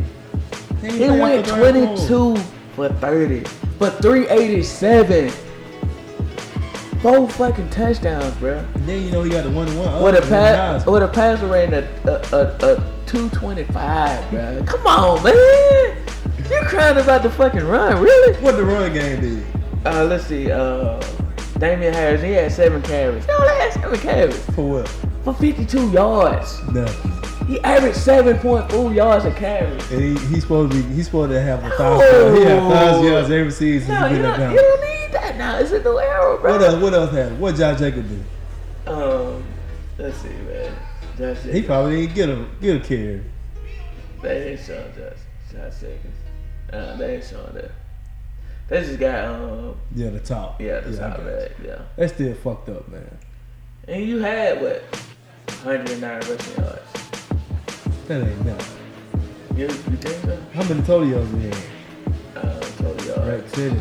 C: They
D: He
C: ain't playing
D: went
C: for rat poison.
D: twenty-two for thirty, for three eighty-seven. Four fucking touchdowns, bro.
C: Then you know he got the one one.
D: With a pass, with a passer rating a a, a, a two twenty-five, bro. Come on, man. You crying about the fucking run, really?
C: What the run game did?
D: Uh, let's see. Uh, Damian Harris, he had seven carries. No, they had seven carries.
C: For what?
D: for 52 yards.
C: Nothing.
D: He averaged 7.4 yards a carry.
C: And he, he's supposed to be he's supposed to have a thousand. He had a thousand
D: No.
C: yards every season.
D: Oh. No,
C: he
D: you
C: been up
D: don't,
C: down.
D: you don't need that now. It's a new era,
C: What
D: bro.
C: else? What else happened? What John Jacob do?
D: Um, let's see, man. That's
C: He
D: it.
C: probably didn't get a get a carry.
D: That ain't Sean Johnson. John Seconds. Uh, that ain't Sean there. They just got, um,
C: Yeah, the top.
D: yeah, the
C: I
D: top
C: got you.
D: back, yeah.
C: That's still fucked up, man.
D: And you had, what, 109 rushing yards.
C: That ain't nothing.
D: You, you think so?
C: How many Toleos we had?
D: Uh, total yards.
C: Right, City.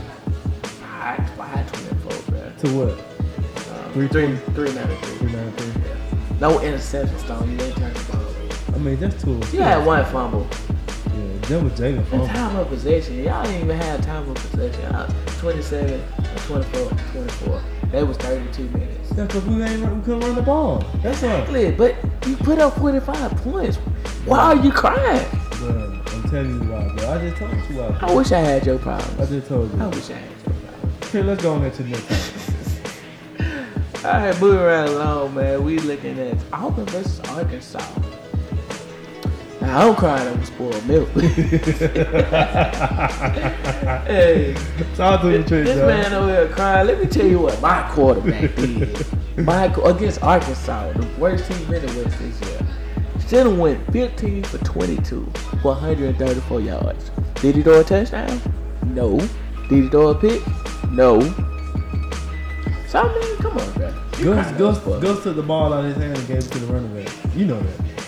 D: Five, five, 24, bro.
C: To what?
D: Um,
C: Three,
D: three,
C: twenty.
D: three, nine, three.
C: Three nine three.
D: Yeah. No interceptions, though. You didn't turn the ball over.
C: I mean, that's two.
D: You had one fumble.
C: Yeah, that was Jalen
D: And
C: Funk.
D: time of possession, y'all didn't even have time of possession. Uh, Y'all 27, 24, 24. That was 32 minutes.
C: That's because we ain't run- we couldn't run the ball. That's all.
D: Exactly, but you put up 45 points. Why are you crying?
C: Bro, um, I'm telling you why, bro. I just told you why.
D: I wish I had your
C: I
D: problems.
C: just told you.
D: I wish I had your problems.
C: Okay, let's go on into the next. one.
D: All right, moving right along, man. We looking at Auburn versus Arkansas. Now, I don't cry over spoiled milk. hey.
C: Shout out to the trick,
D: This
C: dog.
D: man over here crying. Let me tell you what my quarterback did. My qu- against Arkansas, the worst team in the West this year. Still went 15 for 22 for 134 yards. Did he throw a touchdown? No. Did he throw a pick? No. So I mean, come on, bro. You
C: Gus,
D: crying
C: Gus,
D: for-
C: Gus took the ball out of his hand and gave it to the running back. You know that.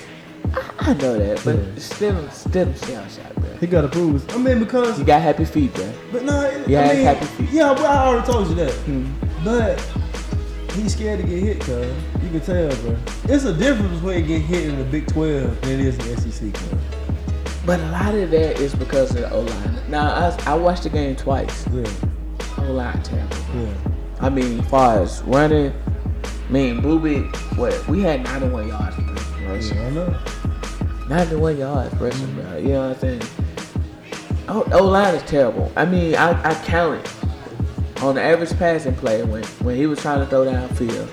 D: I know that, but
C: Yeah.
D: still, still, still shot, bro.
C: He got approved. I mean, because,
D: You got happy feet, bro.
C: but no, it-
D: Yeah,
C: I
D: it's
C: mean,
D: happy feet. Hmm.
C: yeah, but I already told you that. But he's scared to get hit, cuz. You can tell, bro. It's a difference between getting hit in the Big 12 than it is in the SEC, cuz.
D: But a lot of that is because of the O line. Now I, I watched the game twice.
C: Yeah,
D: O line terrible.
C: yeah.
D: I mean, far as running, me and Blue Big, what we had 91 yards per rushing.
C: I know.
D: 91 yards rushing, bro. You know what I'm saying? Oh, O line is terrible. I mean, I, I counted on the average passing play when when he was trying to throw downfield.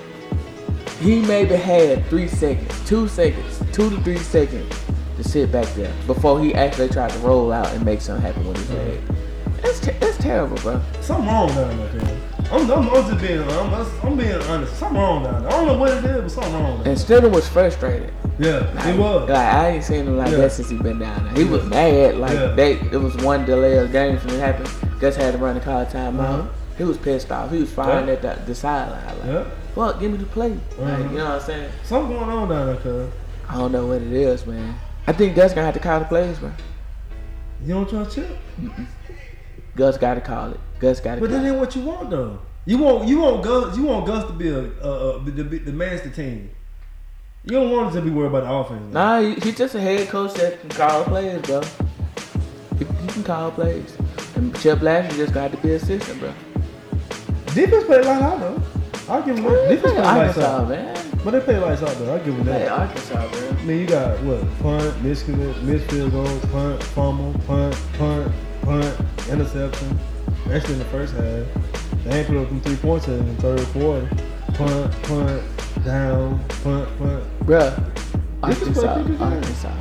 D: He maybe had three seconds, two seconds, two to three seconds to sit back there before he actually tried to roll out and make something happen with his leg. That's ter- that's terrible, bro.
C: Something wrong down there. man. I'm, I'm, I'm just being, I'm, I'm being honest. Something wrong down there. I don't know what it is, but something wrong. Down
D: And Stidham was frustrated.
C: there. Yeah, it was.
D: Like I ain't seen him like
C: Yeah.
D: that since he been down there. He was mad. Like
C: Yeah.
D: they, it was one delay of games when it happened. Just had to run the call timeout. He was pissed off. He was firing
C: Uh-huh. Yeah.
D: at the, the sideline. Like,
C: Yeah.
D: fuck, give me the play. Like,
C: Mhm.
D: you know what I'm saying?
C: Something going on down there, cuz.
D: I don't know what it is, man. I think Gus gonna have to call the plays, man.
C: You don't try to chip?
D: Gus gotta call it. Gus gotta.
C: But
D: call
C: that
D: it.
C: ain't what you want though. You want you want Gus you want Gus to be a uh, uh, the, the, the master team. You don't want him to be worried about the offense. man.
D: Nah, he, he just a head coach that can call plays, bro. He, he can call plays. And Chip Lashley just got to be assistant, bro.
C: Defense played lights out though. I give him defense
D: This is
C: played lights
D: Arkansas,
C: out.
D: man.
C: But they played lights out though. I give him
D: Hey,
C: that.
D: Arkansas, bro.
C: I mean, you got what? Punt, missed, missed field goal, punt, fumble, punt, punt, punt, interception. That's in the first half. They ain't put up them three points in the third quarter. Punt, punt, down, punt, punt.
D: Bruh.
C: This is what
D: Arkansas,
C: people do.
D: Arkansas.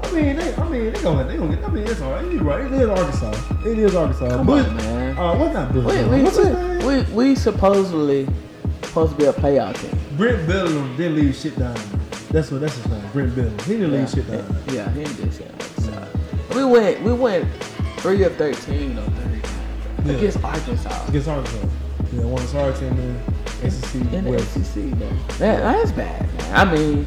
C: I mean, they, I mean, they gonna, they gonna get. I mean, it's alright. You right. It is Arkansas. It is Arkansas.
D: Come
C: Bush,
D: on, man.
C: Uh, what's not Bush?
D: We,
C: man?
D: we,
C: what's his name?
D: we, we, we supposedly supposed to be a playoff team.
C: Brent Bellum didn't leave shit down. there. That's what. That's his name. Brent Bellum. He didn't leave shit down. there.
D: Yeah, him this year. So we went we went three of thirteen on Thursday
C: Yeah.
D: against Arkansas
C: Against Arkansas. Yeah, one of our team in SEC
D: in the
C: West.
D: SEC. Man, that, that's bad. Man. I mean,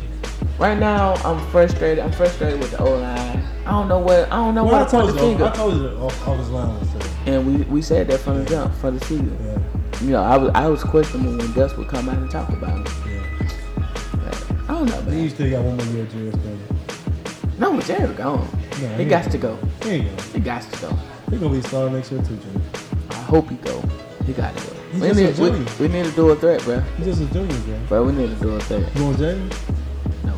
D: right now I'm frustrated. I'm frustrated with the O line. I don't know what I don't know
C: Well,
D: what
C: I
D: to put
C: told
D: the
C: you,
D: finger.
C: I told you that Ar- Arkansas line was there.
D: and we, we said that from the jump for the season.
C: Yeah,
D: You know, I was I was questioning when Gus would come out and talk about it.
C: yeah.
D: But I don't know,
C: You
D: man.
C: still got one more year, Jerry. Baby.
D: No, Jared gone.
C: No,
D: he
C: he-
D: got to go.
C: There you go.
D: He got to go.
C: He gonna be starting next year too, Jerry.
D: I hope he go. He got to go.
C: He's
D: We
C: just
D: need,
C: a
D: we,
C: junior.
D: we need to do a threat, bro.
C: He's just a junior, Jerry.
D: Bro, we need to do a threat.
C: You want Jaden?
D: No.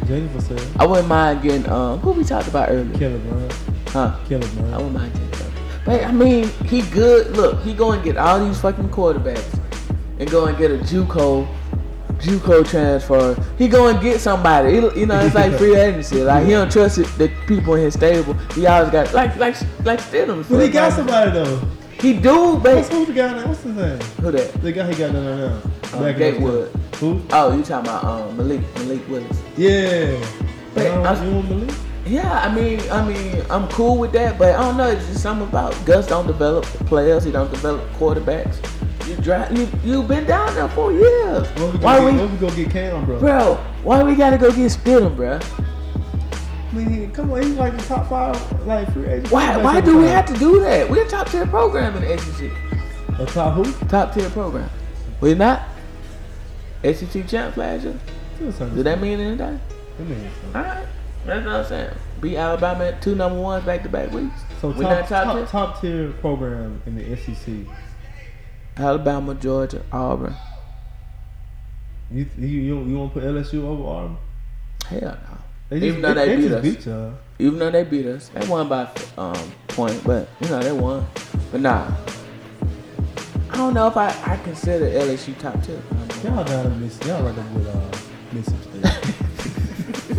C: Jaden for sale.
D: I wouldn't mind getting um who we talked about earlier.
C: Killer Bryant.
D: Huh.
C: Killer Bryant.
D: I wouldn't mind getting him. But I mean, he good. Look, he go and get all these fucking quarterbacks and go and get a JUCO JUCO transfer. He go and get somebody. He- you know, it's like free agency. Like he don't trust it- the people in his stable. He always got like like like Stidham.
C: But he got somebody though.
D: He do,
C: What's
D: baby.
C: who's the guy? Now? What's his name?
D: Who that?
C: The guy he got down there now.
D: Uh,
C: Back in
D: Gatewood.
C: the- Who?
D: Oh, you talking about um Malik Malik Willis?
C: Yeah.
D: Wait,
C: Um,
D: I-
C: you want Malik?
D: Yeah, I mean, I mean, I'm cool with that, but I don't know. It's just something about Gus don't develop players. He don't develop quarterbacks. You drive. You you've been down there for years.
C: What Oh, we
D: Why
C: gonna
D: we,
C: get, what we gonna get Cam, bro?
D: bro? Why we gotta go get Stidham, bro?
C: I mean, come on, he's like the top five, like free agent.
D: Why why do we have to do that? We're a top tier program in the SEC.
C: to? A top who?
D: Top tier program. We're not SEC champ last year.
C: Still something.
D: Does that mean anything?
C: That means something.
D: All right, that's what I'm saying. Beat Alabama at two number ones back to back weeks.
C: So
D: we're
C: top,
D: not top,
C: top,
D: tier.
C: top tier program in the E SEC.
D: Alabama, Georgia, Auburn.
C: You you you, you want to put LSU over Auburn?
D: Hell no.
C: They
D: Even though they beat
C: just
D: us.
C: beat y'all.
D: even though they beat us, they won by um point, but you know they won. But nah, I don't know if I, I consider LSU top two.
C: Y'all down in Mississippi. Y'all right up with uh, Mississippi State.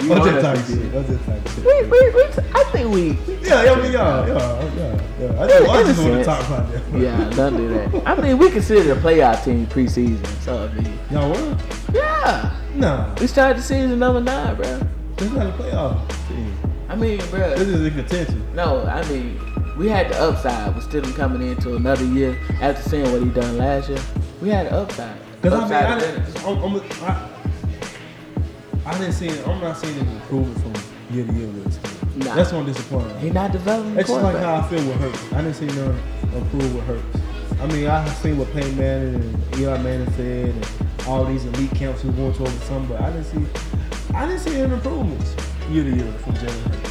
D: You
C: I'm
D: know
C: just
D: that
C: talking
D: we
C: shit. I'm just talking shit.
D: We, we, we, I think we.
C: Yeah, yeah, I mean, yeah, yeah, yeah, yeah. I just, I
D: In a
C: just want to
D: sense.
C: talk about that.
D: Yeah, don't do that. I mean, we consider the playoff team preseason. So I mean,
C: Y'all were?
D: yeah,
C: Nah,
D: we started the season number nine, bro.
C: this not a playoff team.
D: I mean, bro.
C: This is in contention.
D: No, I mean, we had the upside with Stidham coming into another year after seeing what he done last year. We had the upside.
C: Because I mean, I
D: Upside advantage.
C: didn't, I'm, I'm, I, I didn't see, I'm not seeing any improvement from year to year with this team.
D: Nah.
C: That's what I'm disappointed. in.
D: He not developing
C: That's just like
D: quarterback.
C: how I feel with Hurts. I didn't see none improve with Hurts. I mean, I seen what Peyton Manning and Eli Manning said, and all these elite camps we going to over the summer, but I didn't see, I didn't see any improvements year to year from Jalen Hurts.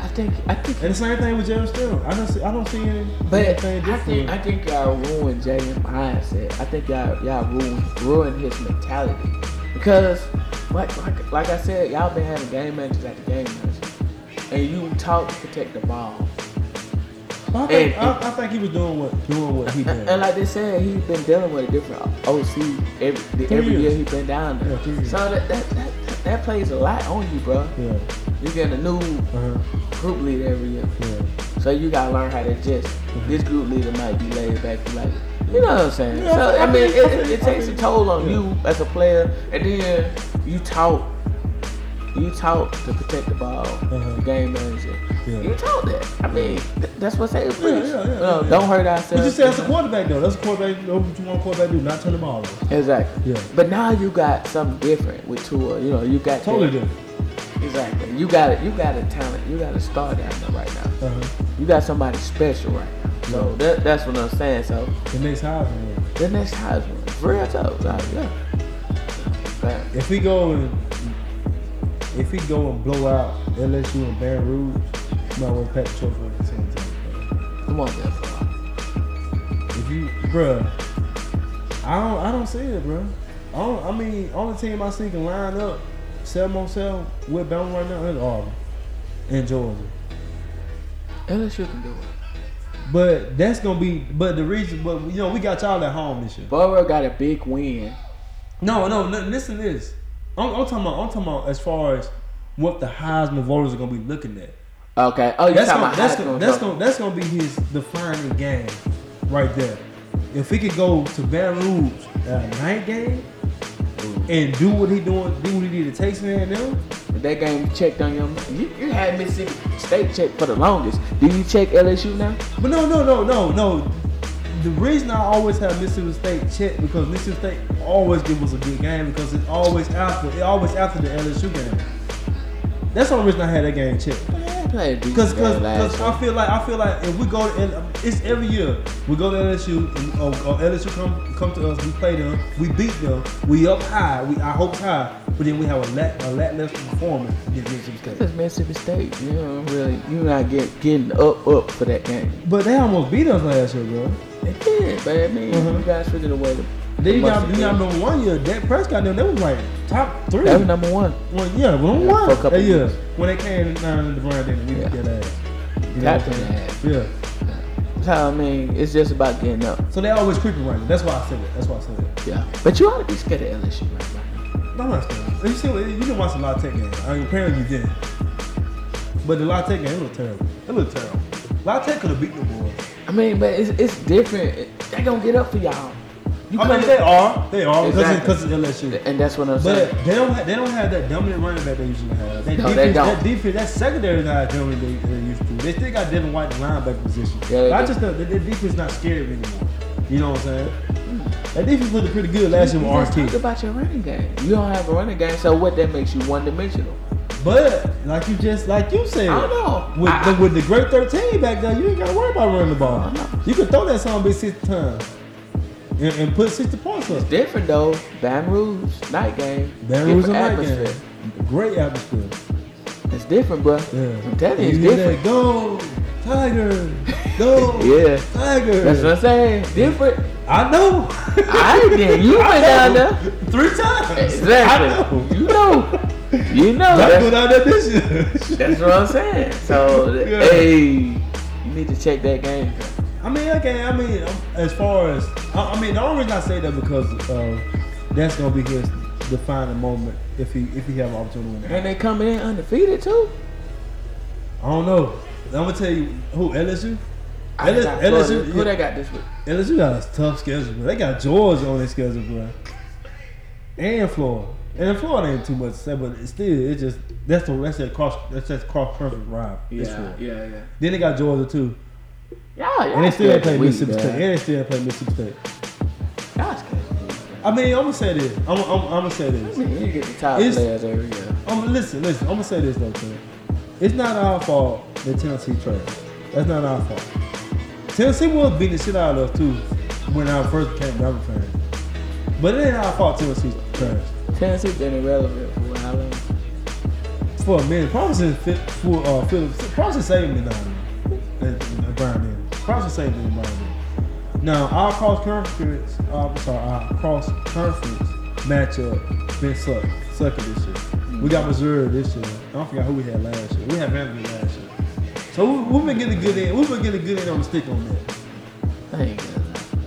D: I think I think
C: And the same thing with Jalen Still. I don't see I don't see any
D: But
C: anything
D: I think
C: different.
D: I think y'all ruined Jalen's mindset. I think y'all y'all ruined, ruined his mentality because like, like like I said, y'all been having game managers at the game managers, and you talk to protect the ball.
C: I think, I, I think he was doing what doing what he
D: And,
C: did.
D: and like they said, he's been dealing with a different OC every the,
C: Three
D: every
C: years.
D: year he's been down there.
C: Yeah, three years.
D: so that that, that that that plays a lot on you, bro.
C: yeah.
D: You get a new
C: Uh-huh.
D: group leader every year.
C: Yeah.
D: So you gotta learn how to adjust. This group leader might be laid back, be like, you know what I'm saying?
C: Yeah,
D: so
C: I
D: I mean,
C: mean,
D: it,
C: I
D: it,
C: mean,
D: it takes
C: I
D: a
C: mean,
D: toll on
C: yeah.
D: you as a player, and then you talk, you talk to protect the ball, the game manager.
C: Mm-hmm. Yeah.
D: You talk that. I mean, th- that's what they preach.
C: yeah, yeah,
D: You
C: yeah,
D: know,
C: yeah.
D: Don't hurt
C: But
D: ourselves.
C: you said that's a quarterback though. That's a quarterback. That's what you want a quarterback to do. Not turn the ball over.
D: Exactly.
C: Yeah.
D: But now you got something different with Tua. You know, you got
C: Totally
D: that-
C: different.
D: Exactly. You got it. You got a talent. You got a star down there right now.
C: Uh-huh.
D: You got somebody special right now. So that, that's what I'm saying. So
C: The next Heisman. winner.
D: the next Heisman, for real talk, like, yeah. Like,
C: If we go and if we go and blow out LSU and Baton Rouge, you might want to pack the trophy at the same time.
D: come on, man, bro.
C: bro. If you, bruh, I don't, I don't see it, bruh. I, don't, I mean, only team I see can line up seven on seven with Bama right now is Auburn and Georgia.
D: LSU can do it.
C: But that's gonna be, but the reason, but you know, we got y'all at home this year.
D: Burrow got a big win.
C: No, no, li- listen to this. I'm, I'm talking about, I'm talking about as far as what the Heisman voters are gonna be looking at.
D: Okay. Oh, you talking
C: That's gonna,
D: about
C: that's,
D: Heisman,
C: gonna, that's,
D: bro.
C: gonna, that's gonna be his defining game right there. If he could go to Baton Rouge at a night game and do what he doing, do what he did to Texas A&M,
D: If That game checked on your. You, you had Mississippi State check for the longest. Do you check LSU now?
C: but no, no, no, no, no. The reason I always have Mississippi State checked because Mississippi State always give us a good game because it's always after, it always after the LSU game. That's the only reason I had that game checked.
D: They played decent
C: Cause,
D: game
C: cause,
D: last
C: cause
D: year.
C: I feel like I feel like if we go to L- it's every year we go to LSU and or, or LSU come come to us we play them we beat them we up high we our hopes high but then we have a lack a lackluster performance against Mississippi State
D: It's Mississippi State. You know, really, you're not get, getting up up for that game.
C: but they almost beat us last year bro
D: They did, but I mean,
C: Mhm.
D: you guys figured a way to.
C: then you
D: must
C: got
D: have
C: you got
D: been.
C: number one year Dak Prescott them they was like top three
D: That was number one.
C: well, yeah number
D: Yeah, for a
C: one
D: couple
C: that year
D: years.
C: when they came down in the brand then we
D: Yeah.
C: beat their ass you know
D: Got
C: what I'm
D: their ass.
C: saying? yeah
D: So I mean, it's just about getting up.
C: so they always creeping right now that's why I said it that's why I said it.
D: Yeah, but you ought to be scared of LSU right now.
C: I'm not scared. You see, you didn't watch the Latte game. I mean, apparently you didn't. But the Latte game, it looked terrible. It looked terrible. Latte could have beat the boys.
D: I mean, but it's, it's different. They gonna get up for y'all. You
C: I mean, they are. They are because
D: Exactly.
C: it's LSU.
D: and that's what
C: But
D: I'm saying.
C: they don't. Have, they don't have that dominant running back they usually have. That
D: No,
C: defense,
D: they don't.
C: That defense, that secondary not dominant they, they used to. They still got Devin White in linebacker position.
D: Yeah, they
C: But I
D: do.
C: just know that their defense not scared of anymore. You know what I'm saying? That defense looked pretty good last year
D: You
C: with
D: just
C: RT.
D: talked about your running game. You don't have a running game, so what? That makes you one dimensional.
C: But like you just like you said,
D: I know.
C: With,
D: I-
C: the, with the great thirteen back there, you ain't gotta worry about running the ball.
D: I know.
C: You can throw that song big six times and, and put sixty points up.
D: Different though. Baton Rouge night game.
C: That was a
D: different
C: night
D: atmosphere.
C: game. Great atmosphere.
D: It's different, bro.
C: Yeah.
D: I'm telling you, it's
C: hear that,
D: different.
C: Go Tiger, go
D: Yeah.
C: Tiger.
D: That's what I'm saying. Different.
C: I know.
D: I did. You
C: I
D: been down
C: know.
D: there.
C: three times.
D: Exactly.
C: I
D: You
C: know.
D: know. You know.
C: I go
D: That's,
C: down there this year.
D: that's what I'm saying. So, th-
C: Yeah.
D: hey, you need to check that game. bro.
C: I mean, okay. I mean, um, as far as I, I mean, the only reason I say that because uh, that's gonna be his defining moment if he if he have an opportunity. to win.
D: And they coming in undefeated too.
C: I don't know. I'm gonna tell you who LSU.
D: I
C: LS- LSU
D: got Florida. Who
C: yeah.
D: they got this week?
C: LSU got a tough schedule. Bro. They got Georgia on their schedule, bro, and Florida. And Florida ain't too much to say, but it's still it's just that's the that's that cross that's that cross perfect ride. It's
D: Yeah,
C: Florida.
D: yeah, yeah.
C: Then they got Georgia too,
D: Y'all, y'all
C: and they still
D: scared
C: ain't play
D: the week,
C: Mississippi
D: bro.
C: State. And they still ain't play Mississippi State.
D: Y'all scared the week,
C: I mean, I'm gonna say this. I'm I'm, I'm gonna say this.
D: bro. You get the top
C: It's-
D: players every year.
C: Um, listen, listen. I'm gonna say this though, Tim. It's not our fault that Tennessee trash. That's not our fault. Tennessee was beating the shit out of us too when I first became Bama fan. But it ain't our fault Tennessee's trash.
D: Tennessee been irrelevant for a while.
C: for a minute. Probably since fit for uh Phillips. Probably since saving me now. That that Brian Dennis. Probably saved me Brian Dennis. Now our cross conference, uh, I'm sorry, our cross conference matchup been suck sucking this year. We got Missouri this year. I don't forget who we had last year. We had Vanderbilt last year. So we, we've been getting good in. We've been getting good in on the stick on that.
D: I ain't gonna lie.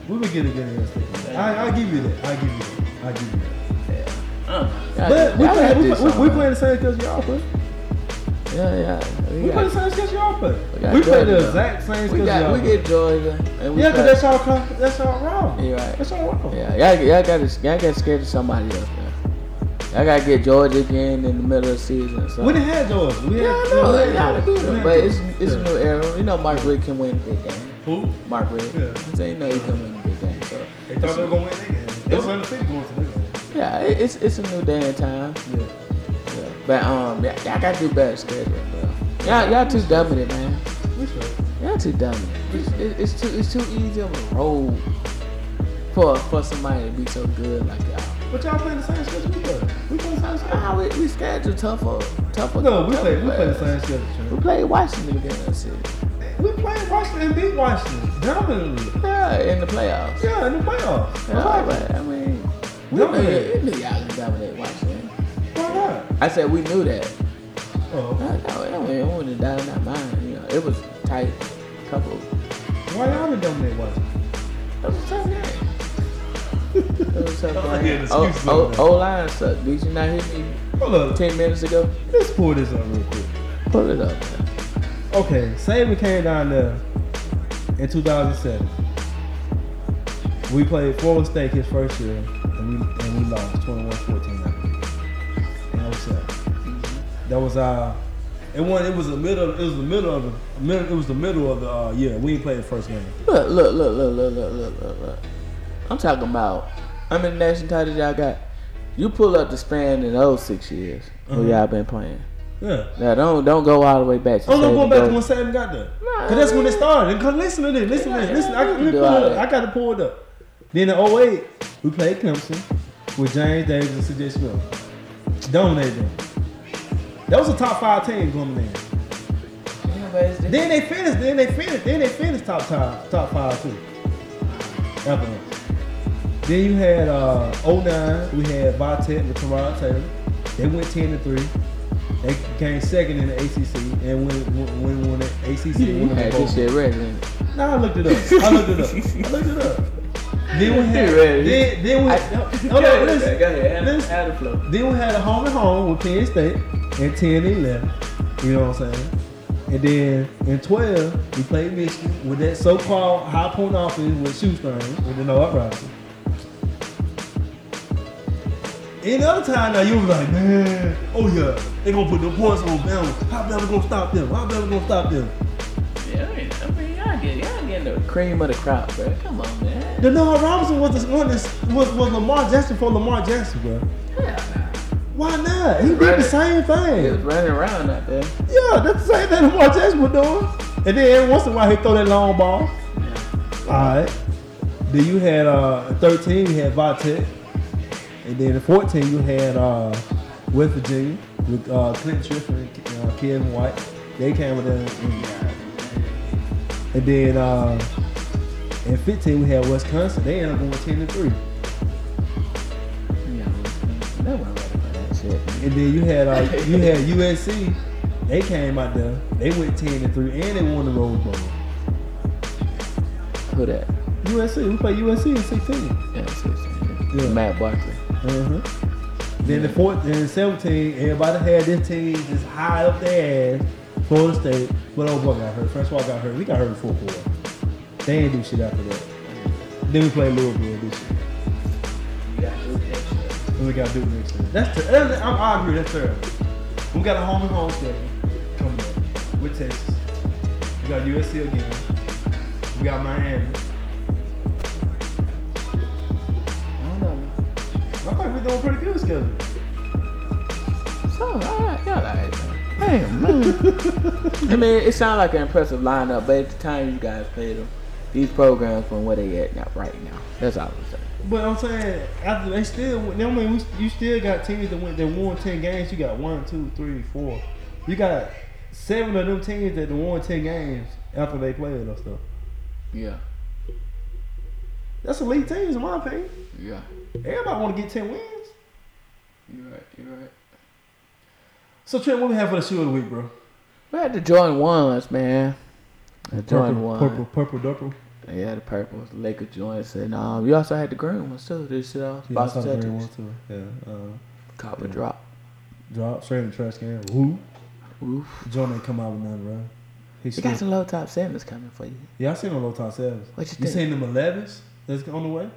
C: We've been getting good in on the stick on that. I, I give you that. I give you that. I give you that.
D: Yeah. Uh, y'all-
C: But we
D: y'all gotta
C: play, we,
D: do
C: play, we, we
D: something.
C: play the same because y'all play.
D: Yeah, yeah.
C: We play the
D: got-
C: same sketch y'all play.
D: We
C: We,
D: got
C: play the
D: Georgia.
C: exact same sketch
D: we got
C: y'all
D: we
C: play.
D: get Georgia. And we
C: Yeah,
D: got-
C: because that's y'all, con- that's y'all round.
D: Yeah, right.
C: That's y'all round.
D: Yeah, y'all, y'all gotta y'all gotta schedule somebody else. Man. Y'all gotta get Georgia again in the middle of the season. So.
C: We didn't have Georgia. We
D: yeah,
C: had,
D: I know,
C: we
D: I
C: had
D: know,
C: Georgia. We had
D: but it's
C: Georgia.
D: it's a
C: Yeah.
D: new era. You know, Mark Rick can win big game.
C: Who?
D: Mark Rick.
C: Yeah.
D: So you know he can win big game. So
C: They thought they were going to win that game. They was undefeated going to that game.
D: yeah, it, it's it's a new day and time.
C: Yeah.
D: Yeah. But um, y'all, y'all gotta do better scheduling, bro. Y'all y'all too dominant, man.
C: We sure.
D: Y'all too dominant. It's, it- it's too it's too easy of a road for for somebody to be so good like y'all.
C: But y'all playing the same sketch we play. We play the same sketch.
D: Nah, we, we scheduled tougher, tougher.
C: No, we play, we play the
D: players.
C: same sketch. Trey.
D: We played Washington against us.
C: We played Washington and beat Washington. Dominantly.
D: Yeah, in the playoffs.
C: Yeah, in the playoffs.
D: Yeah,
C: Why not?
D: but I mean, we knew,
C: Dominate.
D: we knew y'all could dominate Washington.
C: Why not?
D: I said we knew that.
C: Oh,
D: No, no, it wasn't- it wasn't a doubt in our mind. You know, it was tight, couple.
C: why y'all didn't dominate Washington?
D: It was a tough game. it was a
C: I
D: tough
C: hear
D: game.
C: the
D: O,
C: excuses
D: o,
C: over there.
D: o oh, line sucked. Did you not hear me
C: Hold up.
D: ten minutes ago?
C: Let's pull this up real quick.
D: Pull it up. Man.
C: Okay, Saban came down there in 2007. We played Florida State his first year, and we and we lost 21-14. I believe, In 07. That was our. It was It was the middle. It was the middle of the. Middle, it was the middle of the uh, year. We ain't played the first game.
D: Look, look, look, look, look, look, look, look, look. I'm talking about how many national titles y'all got. You pull up the span in those six years who y'all been playing.
C: Yeah.
D: Now don't don't go all the way back. To
C: Oh no,
D: say
C: going
D: to
C: back to
D: go-
C: when Saban got there.
D: Nah,
C: Cause that's when it started. And 'cause listen to this. Listen to this. Listen. I, got- let me pull it up. I got to pull it up. Then in 08, we played Clemson with James Davis and C.J. Smith. Dominated them. That was a top five team coming in.
D: Yeah, but it's just-
C: Then they finished. Then they finished. Then they finished top five. Top five too. After us. Then you had uh, 09. We had Vitek with Terod Taylor. They went 10 to three. They came second in the ACC and went won, won, won the ACC.
D: You
C: won the
D: had
C: bowl.
D: this shit ready. didn't
C: Nah, I looked it up. I looked it up. I looked it up. Then we had,
D: You ready?
C: then, then we,
D: I-
C: no,
D: you?
C: no, no, listen,
D: Go ahead,
C: listen.
D: add the flow.
C: Then we had a home and home with Penn State in 10 and 11. You know what I'm saying? And then in 12, we played Michigan with that so called high point offense with shoestrings with the no uprising. Any other time now, you was like, man, oh yeah, they gonna put the points on Bama. How Bama gonna stop them? How Bama gonna stop them?
D: Yeah, I mean, I mean, y'all get y'all getting the cream of the crop, bro. Come on, man.
C: Denard Robinson was the one that was, was Lamar Jackson for Lamar Jackson, bro. Why not? He did
D: Right.
C: the same
D: It
C: thing.
D: was running around out there.
C: Yeah, that's the same thing Lamar Jackson was doing. And then every once in a while he throw that long ball. Alright. Then you had uh in 13, you had Vitek. And then in 14 you had uh West Virginia with uh Clint Triffin and uh, Kevin White. They came with them. And, and then uh in 15 we had Wisconsin. They ended up going 10 to 3.
D: Yeah, that wasn't ready for that shit.
C: And then you had uh, you had USC. They came out there. They went ten and three, and they won the Rose Bowl.
D: Who that?
C: USC. We played USC in sixteen.
D: Yeah, it's just-
C: Yeah.
D: Matt Barkley.
C: Uh-huh. Then the fourth, then in seventeen, everybody had this team just high up their ass. Florida State, but old boy got hurt. Francois got hurt. We got hurt in fourth quarter. They ain't do shit after that. Then we played Louisville this year. And we got Duke next year. That's ter- that's- I'm, I agree. That's terrible. We got a home and home schedule coming up with Texas. We got USC again. We got Miami.
D: I don't know. man.
C: I think we're doing pretty good schedule.
D: So, all right, y'all all right, man. I mean, it sounds like an impressive lineup, but at the time you guys played them, these programs from where they at now, right now. That's all I'm saying.
C: But I'm saying after they still, I mean, we, you still got teams that went that won ten games. You got one, two, three, four. You got seven of them teams that won ten games after they played us stuff.
D: Yeah.
C: That's elite teams in my opinion.
D: Yeah.
C: Everybody want to get ten wins.
D: You're right. You're right.
C: So Trent, what we have for the shoe of the week, bro?
D: We had the Jordan ones, man. The Jordan
C: purple,
D: one.
C: purple, purple, purple.
D: Yeah, the purple Laker joints, and um, you also had the green ones too. This shit off
C: Yeah, I saw
D: Boston
C: the green
D: Celtics.
C: one too. Yeah. Um,
D: Copper drop.
C: drop straight in the trash can. Woo.
D: Oof.
C: Jordan ain't come out with nothing, bro. He
D: You
C: still,
D: got some low top sevens coming for you.
C: yeah, I seen them low top sevens.
D: What you
C: You seen
D: think?
C: them 11s that's on the way?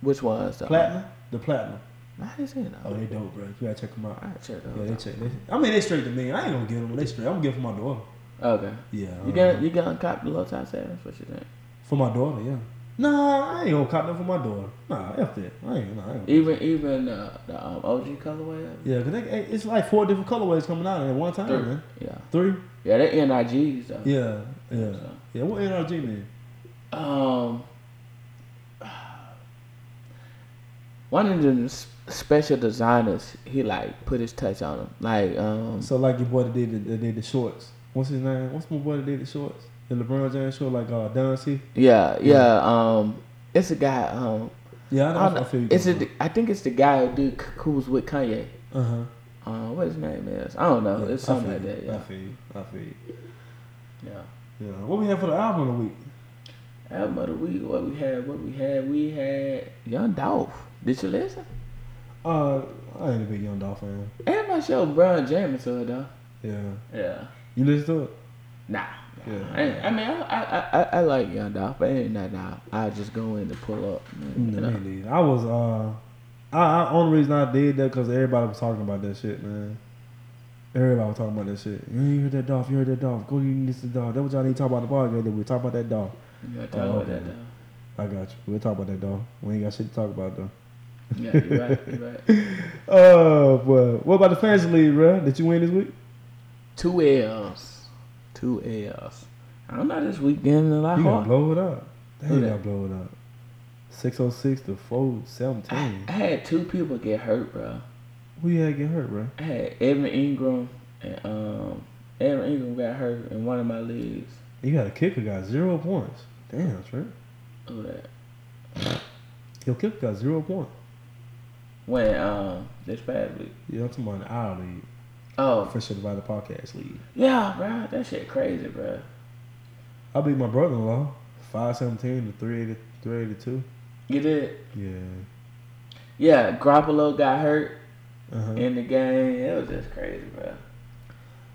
D: Which ones? though?
C: Platinum? The platinum.
D: I didn't see them.
C: Oh, they dope, bro. You gotta check them out.
D: I checked
C: Oh, Yeah,
D: those.
C: they check. They, I mean, they straight to me. I ain't gonna give them. They straight. I'm gonna give them my daughter.
D: Oh, Okay.
C: Oh, Yeah. Oh, I
D: You
C: don't
D: got
C: know.
D: you got cop the low top sevens. What you think?
C: for my daughter, yeah. Nah, I ain't gonna cop them for my daughter. Nah, F that. I ain't. Nah, I ain't.
D: Even even uh, the um, OG colorway. of it?
C: Yeah, cause they, hey, it's like four different colorways coming out at one time,
D: Three.
C: man.
D: Yeah.
C: Three?
D: Yeah, they NRGs though.
C: Yeah, yeah,
D: So,
C: yeah. What NRG mean?
D: Um, one of the s- special designers, he like put his touch on him. Like, um,
C: So like your boy that did the, that did the shorts. What's his name? What's my boy that did the shorts? The LeBron James short, like uh, Don C.
D: yeah, yeah. Um, it's a guy. Um,
C: Yeah, I,
D: I
C: know, I,
D: don't
C: feel
D: know.
C: you.
D: It's a, I think it's the guy who did, who's with Kanye.
C: Uh huh.
D: Uh, what his name is? I don't know. Oh, it's something like that.
C: I
D: Yeah.
C: feel you. I feel you.
D: yeah.
C: Yeah. What we have for the album of the week?
D: Album of the week. What we had? What we had? We had Young Dolph. Did you listen?
C: Uh, I ain't a big Young Dolph fan.
D: And my show, Brian James, or though.
C: Yeah.
D: Yeah.
C: You listen to it?
D: Nah.
C: Yeah.
D: I, ain't- I mean, I, I, I, I like Young Dolph, but ain't nothing. I, I just go in to pull up. Man,
C: No,
D: you know?
C: me neither. I was uh, I, I only reason I did that because everybody was talking about that shit, man. Everybody was talking about that shit. You heard that Dolph? You heard that Dolph? Go you this Dolph. That's what y'all need to talk about the podcast. that We talk about that Dolph.
D: You gotta talk
C: Oh,
D: about
C: okay.
D: that, though.
C: I got you. We'll talk about that though. We ain't got shit to talk about though.
D: Yeah, you're right. You're right.
C: Oh, boy. What about the fantasy league, bro? Did you win this week?
D: Two L's. Two L's. I don't know this weekend a lot
C: You
D: hard.
C: gotta blow it up. Damn,
D: Who
C: you
D: that?
C: gotta blow it up. Six oh six to four seventeen.
D: I had two people get hurt, bro.
C: Who you had get hurt, bro?
D: I had Evan Ingram and um Evan Ingram got hurt in one of my leagues.
C: You got a kicker got zero points. Damn, Trent.
D: Who Oh, that?
C: Your kicker got zero points.
D: When um this past week.
C: Yeah, I'm talking about an hour league.
D: Oh
C: For sure by the podcast league.
D: yeah, bro. That shit crazy, bro.
C: I beat my brother in law. Five seventeen to three eighty three eighty two.
D: You did?
C: Yeah.
D: Yeah, Garoppolo got hurt
C: Uh-huh.
D: in the game. It was just crazy, bro.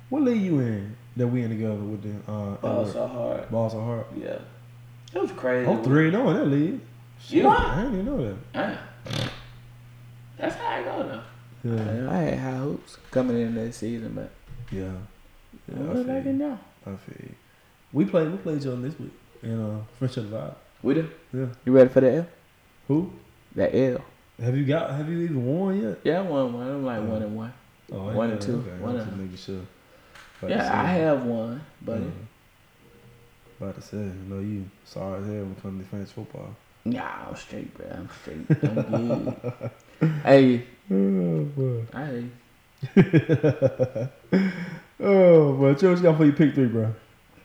C: What league you in that we in together with the uh
D: Oh,
C: Edward?
D: so hard.
C: Balls are hard.
D: Yeah, it was crazy.
C: I'm three and zero in that league. Shit,
D: are?
C: I didn't even know that.
D: Damn. That's how I go though.
C: Yeah,
D: I had high hopes coming in this season, but
C: yeah, yeah.
D: I
C: I,
D: look like it
C: feel you.
D: now.
C: I feel you. We played. We played Jordan this week in uh, Friendship Vibe.
D: We do.
C: Yeah.
D: You ready for that L?
C: Who
D: That L.
C: have you got? Have you even won yet?
D: Yeah, I won one. I'm like one and one.
C: Oh,
D: One and
C: yeah,
D: two.
C: Okay.
D: One
C: I'm just
D: and-
C: making sure. About to say. Mm-hmm.
D: Yeah, I have one, buddy.
C: Yeah. About to say, I know you sorry as hell when it comes to fantasy football.
D: Nah, I'm straight, bro. I'm straight. I'm good. hey,
C: Oh boy.
D: hey.
C: oh boy. Joe, what you got for your pick three, bro?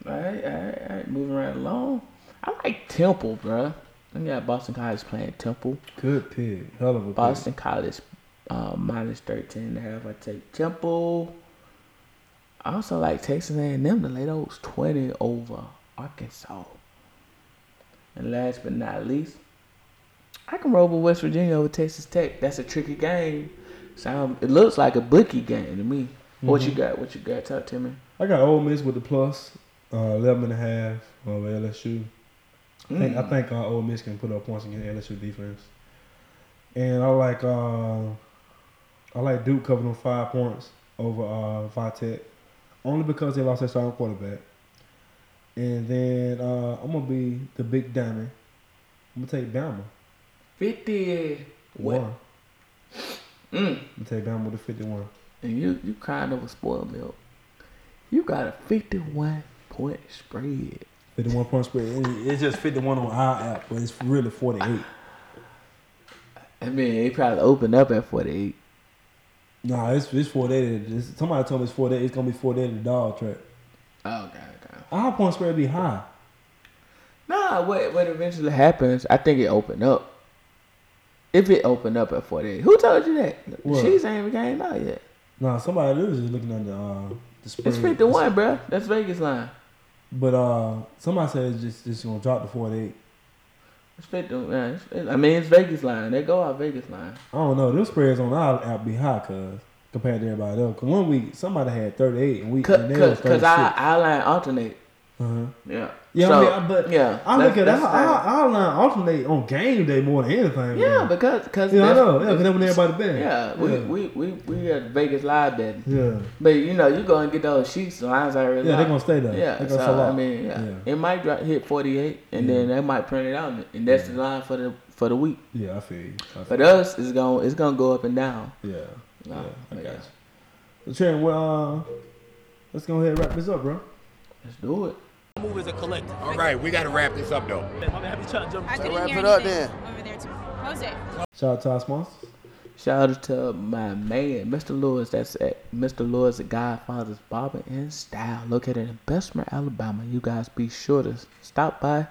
D: All right, all right, all right. Moving right along. I like Temple, bro. I got Boston College playing Temple.
C: Good pick. Hell of a pick.
D: Boston College uh, minus 13 and a half. I take Temple. I also like Texas A&M to lay those 20 over Arkansas. And last but not least, I can roll with West Virginia over Texas Tech. That's a tricky game. Sound it looks like a bookie game to me. What you got? What you got? Talk to me.
C: I got Ole Miss with the plus, uh, 11 and a half uh, over LSU. I think,
D: Mm.
C: I think uh, Ole Miss can put up points against LSU defense. And I like uh, I like Duke covering them five points over uh, Vitek, only because they lost their starting quarterback. And then uh, I'm gonna be the big diamond. I'm gonna take Bama.
D: 50. What?
C: One.
D: Mm.
C: I'm gonna take Bama with a 51.
D: And you you crying over spoiled milk. You got a 51 point spread.
C: 51 point spread. It- It's just 51 on our app, but it's really 48.
D: I mean, it probably opened up at 48.
C: Nah, it's it's four days. It's, somebody told me it's four days. It's gonna be four days of the dog track.
D: Oh, God, God.
C: Our point spread be high.
D: Nah, what, what eventually happens, I think it opened up. If it opened up at 48. Who told you that?
C: What?
D: She's ain't even came out yet.
C: Nah, somebody was just looking at the uh, the spread.
D: It's 51, bro. That's Vegas line.
C: But uh, somebody said it's just just gonna drop the four to eight.
D: It's 51. Yeah, it's- it- I mean, it's Vegas line. They go out Vegas line.
C: I don't know. Them spreads on our app be high, cause compared to everybody else. 'Cause one week somebody had thirty eight and we and they was thirty
D: Because
C: six.
D: our, our line alternate.
C: Uh-huh.
D: Yeah.
C: Yeah,
D: So,
C: I mean, I- but
D: yeah,
C: I
D: that's-
C: look at
D: that's
C: our,
D: the
C: our,
D: thing.
C: our line alternate on game day more than anything.
D: Yeah,
C: man.
D: because because
C: yeah, I know. Yeah, 'cause that's when everybody bet.
D: Yeah, we, we we we at Vegas live betting,
C: yeah,
D: but you know you go and get those sheets and lines already.
C: yeah. They
D: locked.
C: gonna stay there.
D: Yeah,
C: they
D: so
C: gonna sell
D: I
C: out.
D: mean, yeah.
C: yeah,
D: it might drop, hit forty eight, and then they might print it out, and that's the line for the for the week.
C: yeah. I feel you. I feel
D: But us, it's gonna it's gonna go up and down.
C: you. yeah.
D: No,
C: Yeah, I got
D: but yeah.
C: you. So, Trent, well, uh, let's go ahead and wrap this up, bro.
D: Let's do it.
F: move as a collective.
G: All right, we got to wrap this up, though.
F: I'm happy to try to jump
H: I couldn't
I: wrap
H: hear
I: it up
H: anything over there to close it.
C: Shout out to our sponsors.
D: Shout out to my man, Mr. Lewis. That's at Mr. Lewis at Godfather's Barber and Style, located in Bessemer, Alabama. You guys be sure to stop by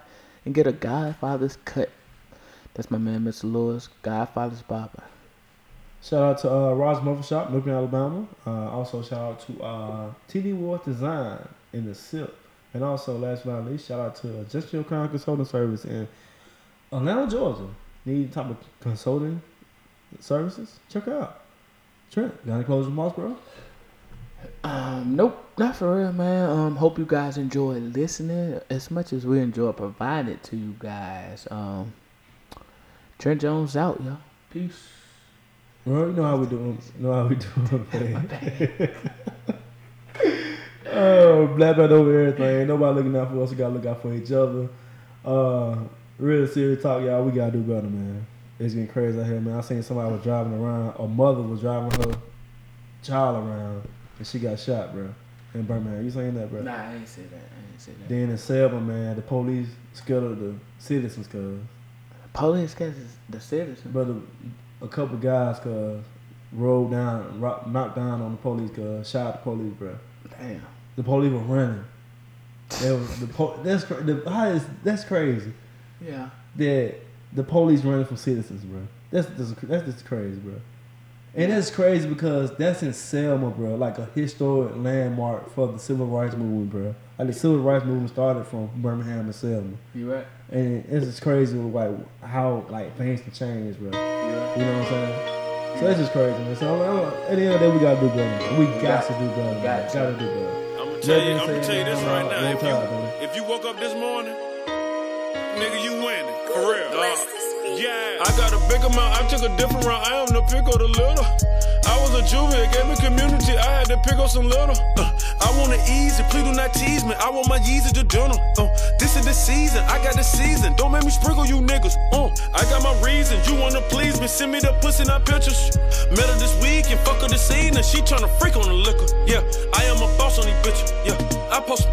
D: and get a Godfather's cut. That's my man, Mr. Lewis, Godfather's Barber.
C: Shout out to uh, Ross Muffin Shop, Lincoln, Alabama. Uh, also, shout out to uh, TD Ward Design in the Silk. And also, last but not least, shout out to Just Your Crown Consulting Service in Atlanta, Georgia. Need type of consulting services? Check her out. Trent, got any closing remarks, bro?
D: Um, nope, not for real, man. Um, hope you guys enjoy listening as much as we enjoy providing it to you guys. Um, Trent Jones out, y'all. Peace.
C: Well, you know how we do 'em. You know how we do 'em, man. oh, black belt over everything. Nobody looking out for us. We gotta look out for each other. Uh, real serious talk, y'all. We gotta do better, man. It's getting crazy out here, man. I seen somebody was driving around. A mother was driving her child around, and she got shot, bro. In Birmingham, you saying that, bro?
D: Nah, I ain't say that. I ain't say that.
C: Then in Selma, man, the police scared of the citizens, cause
D: Police catches the citizen.
C: Brother, a couple guys cause rolled down, rock, knocked down on the police cause shot at the police, bro.
D: Damn.
C: The police were running. They was, the po- that's cra- the, how is, that's crazy
D: Yeah.
C: that the police running from citizens, bro. That's just, that's just crazy, bro. And that's crazy because that's in Selma, bro. Like a historic landmark for the civil rights movement, bro. Like the civil rights movement started from Birmingham and Selma,
D: You right.
C: and it's just crazy like how like things can change, bro.
D: You right.
C: You know what I'm saying? So that's just crazy, man. So I'm- I'm- at the end of the day, we gotta do better. We got to do better. man.
D: Got to.
C: Gotta do better.
J: I'm gonna tell
C: Nothing
J: you, I'm
C: said,
J: gonna tell you this
C: I'm
J: right
C: out.
J: now.
C: I'm
J: If
C: tired, man.
J: you if you woke up this morning, nigga, you winning for real. dog. Yeah, I got a big amount. I took a different route. I am the pick or the little. I was a juvie, it gave me community. I had to pick up some little. Uh, I want it easy, please do not tease me. I want my Yeezy to do them. Uh, this is the season, I got the season. Don't make me sprinkle you niggas. Uh, I got my reason, you wanna please me. Send me the pussy, not pictures. Met her this week and fuck her this evening. She tryna freak on the liquor. Yeah, I am a boss on these bitches. Yeah, I post